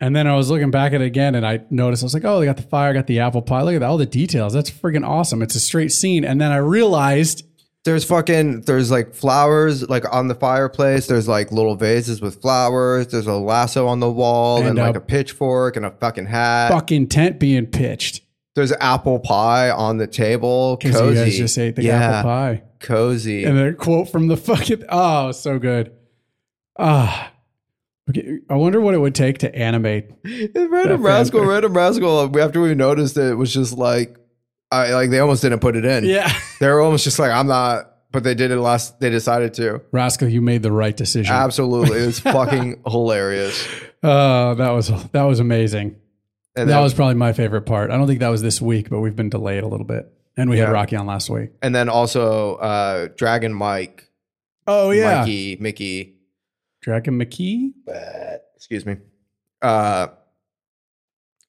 And then I was looking back at it again and I noticed, I was like, oh, they got the fire, got the apple pie. Look at that, all the details. That's freaking awesome. It's a straight scene. And then I realized
There's fucking there's like flowers like on the fireplace. There's like little vases with flowers. There's a lasso on the wall and,
And
like
a-
a pitchfork and a fucking hat.
fucking tent being pitched
There's apple pie on the table.
because
Cozy.
you guys just ate the apple pie.
Cozy.
And then a quote from the fucking oh, so good. Ah, okay. I wonder what it would take to animate.
And Random
That
Rascal,
fanfic.
Random Rascal, after we noticed it, it was just like, I like they almost didn't put it in.
Yeah,
They were almost just like, I'm not, but they did it last, they decided to.
Rascal, you made the right decision.
Absolutely. It's fucking hilarious.
Oh, that was that was amazing.
And
that
then,
was probably my favorite part. I don't think that was this week, but we've been delayed a little bit, and we
Yeah.
had Rocky on last week.
and then also, uh, Dragon Mike,
Oh
Mikey, Mickey,
Dragon McKee.
excuse me, uh,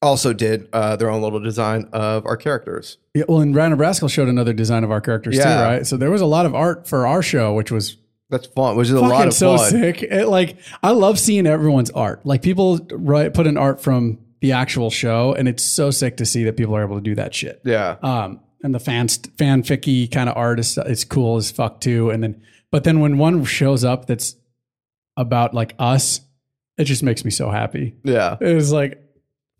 also did uh, their own little design of our characters.
Yeah, well, and Ryan Rascal showed another design of our characters
Yeah.
too, right? So there was a lot of art for our show, which was
That's fun, which is a
fucking
lot of
so
fun.
sick. It, like I love seeing everyone's art. Like people write, put in art from the actual show, and it's so sick to see that people are able to do that shit.
Yeah.
Um, and the fan fanficky kind of artist, it's cool as fuck too. And then But then when one shows up that's about like us, it just makes me so happy.
Yeah.
It was like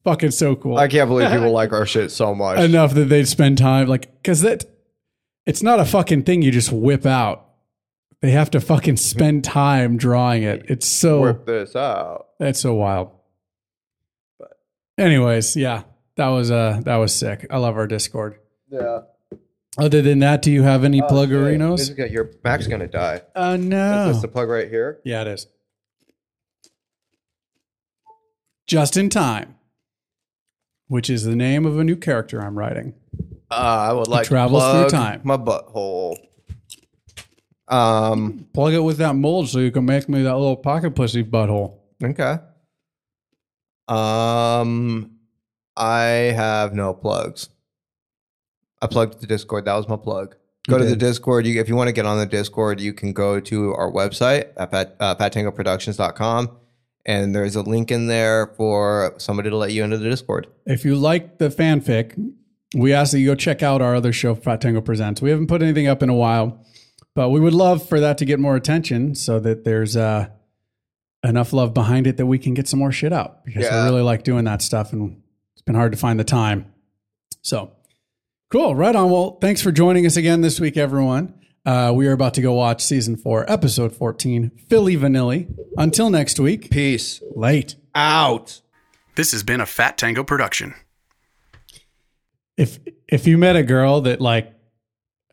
fucking so cool.
I can't believe people like our shit so much.
enough that they'd spend time like because that it's not a fucking thing you just whip out. They have to fucking spend time drawing it. It's so
Whip this out.
that's so wild. But anyways, yeah, that was uh that was sick. I love our Discord.
Yeah.
Other than that, do you have any
Oh, This
pluggerinos?
is gonna- Your back's gonna die.
Oh
That's
no.
just the plug right here.
Yeah, it is. Just in time, which is the name of a new character I'm writing.
Uh, I would like
travels
to
through
plug
time.
My butthole. Um.
Plug it with that mold so you can make me that little pocket pussy butthole.
Okay. Um, I have no plugs. I plugged the Discord. That was my plug. Go
You
to the
did.
Discord. You, if you want to get on the Discord, you can go to our website at pat, uh, pattangoproductions.com. And there's a link in there for somebody to let you into the Discord.
If you like the fanfic, we ask that you go check out our other show, Fat Tango Presents. We haven't put anything up in a while, but we would love for that to get more attention so that there's uh, enough love behind it that we can get some more shit out because
Yeah.
I really like doing that stuff and it's been hard to find the time. So cool. Right on. Well, thanks for joining us again this week, everyone. Uh, we are about to go watch season four, episode 14, Philly Vanilli. Until next week,
Peace
late.
out.
This has been a Fat Tango production.
if if you met a girl that like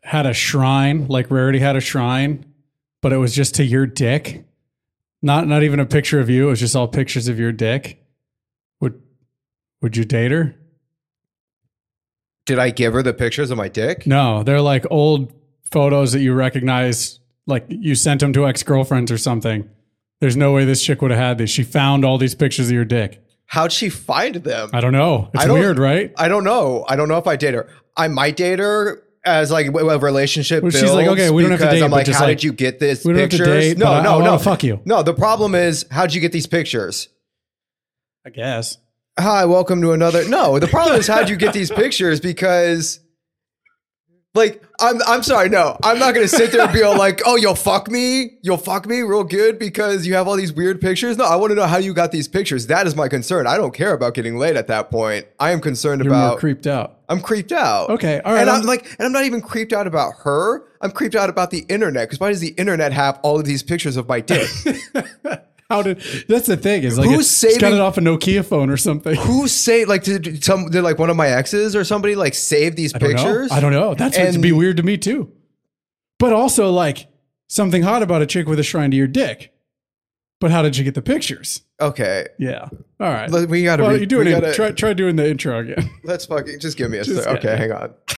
had a shrine, like Rarity had a shrine, but it was just to your dick, not not even a picture of you, it was just all pictures of your dick. Would would you date her?
Did I give her the pictures of my dick?
No, they're like old photos that you recognize, like you sent them to ex girlfriends or something. There's no way this chick would have had this. She found all these pictures of your dick.
How'd she find them?
I don't know. It's
I don't-
weird, right?
I don't know. I don't know if I date her. I might date her as like a a relationship.
Well, she's like,
builds
okay, we don't have to
because
date,
I'm
but
like,
just
how
like,
did you get this?
we don't have to
pictures?
date,
No,
but I-
no,
I
no.
wanna fuck you.
No, the problem is, how'd you get these pictures?
I guess.
Hi, welcome to another. No, the problem is, how'd you get these pictures? Because. Like I'm, I'm sorry. No, I'm not gonna sit there and be all like, "Oh, you'll fuck me, you'll fuck me, real good," because you have all these weird pictures. No, I want to know how you got these pictures. That is my concern. I don't care about getting laid at that point. I am concerned
You're more
about
creeped out.
I'm creeped out.
Okay, all right,
And I'm,
I'm-
like, and I'm not even creeped out about her. I'm creeped out about the internet because why does the internet have all of these pictures of my dick?
How did that's the thing is like
Who's
it's, it's got
saving-
it off a Nokia phone or something.
Who saved like did some did like one of my exes or somebody like save these
I don't
pictures?
know. I don't know. That's what'd
And-
be weird to me too. But also like something hot about a chick with a shrine to your dick. But how did you get the pictures?
Okay,
Yeah. All right.
Let- we gotta
Well,
re-
you're doing
we
it.
gotta-
Try, try doing the intro again.
let's fucking just give me a
Just-
sec. Okay,
yeah.
hang on.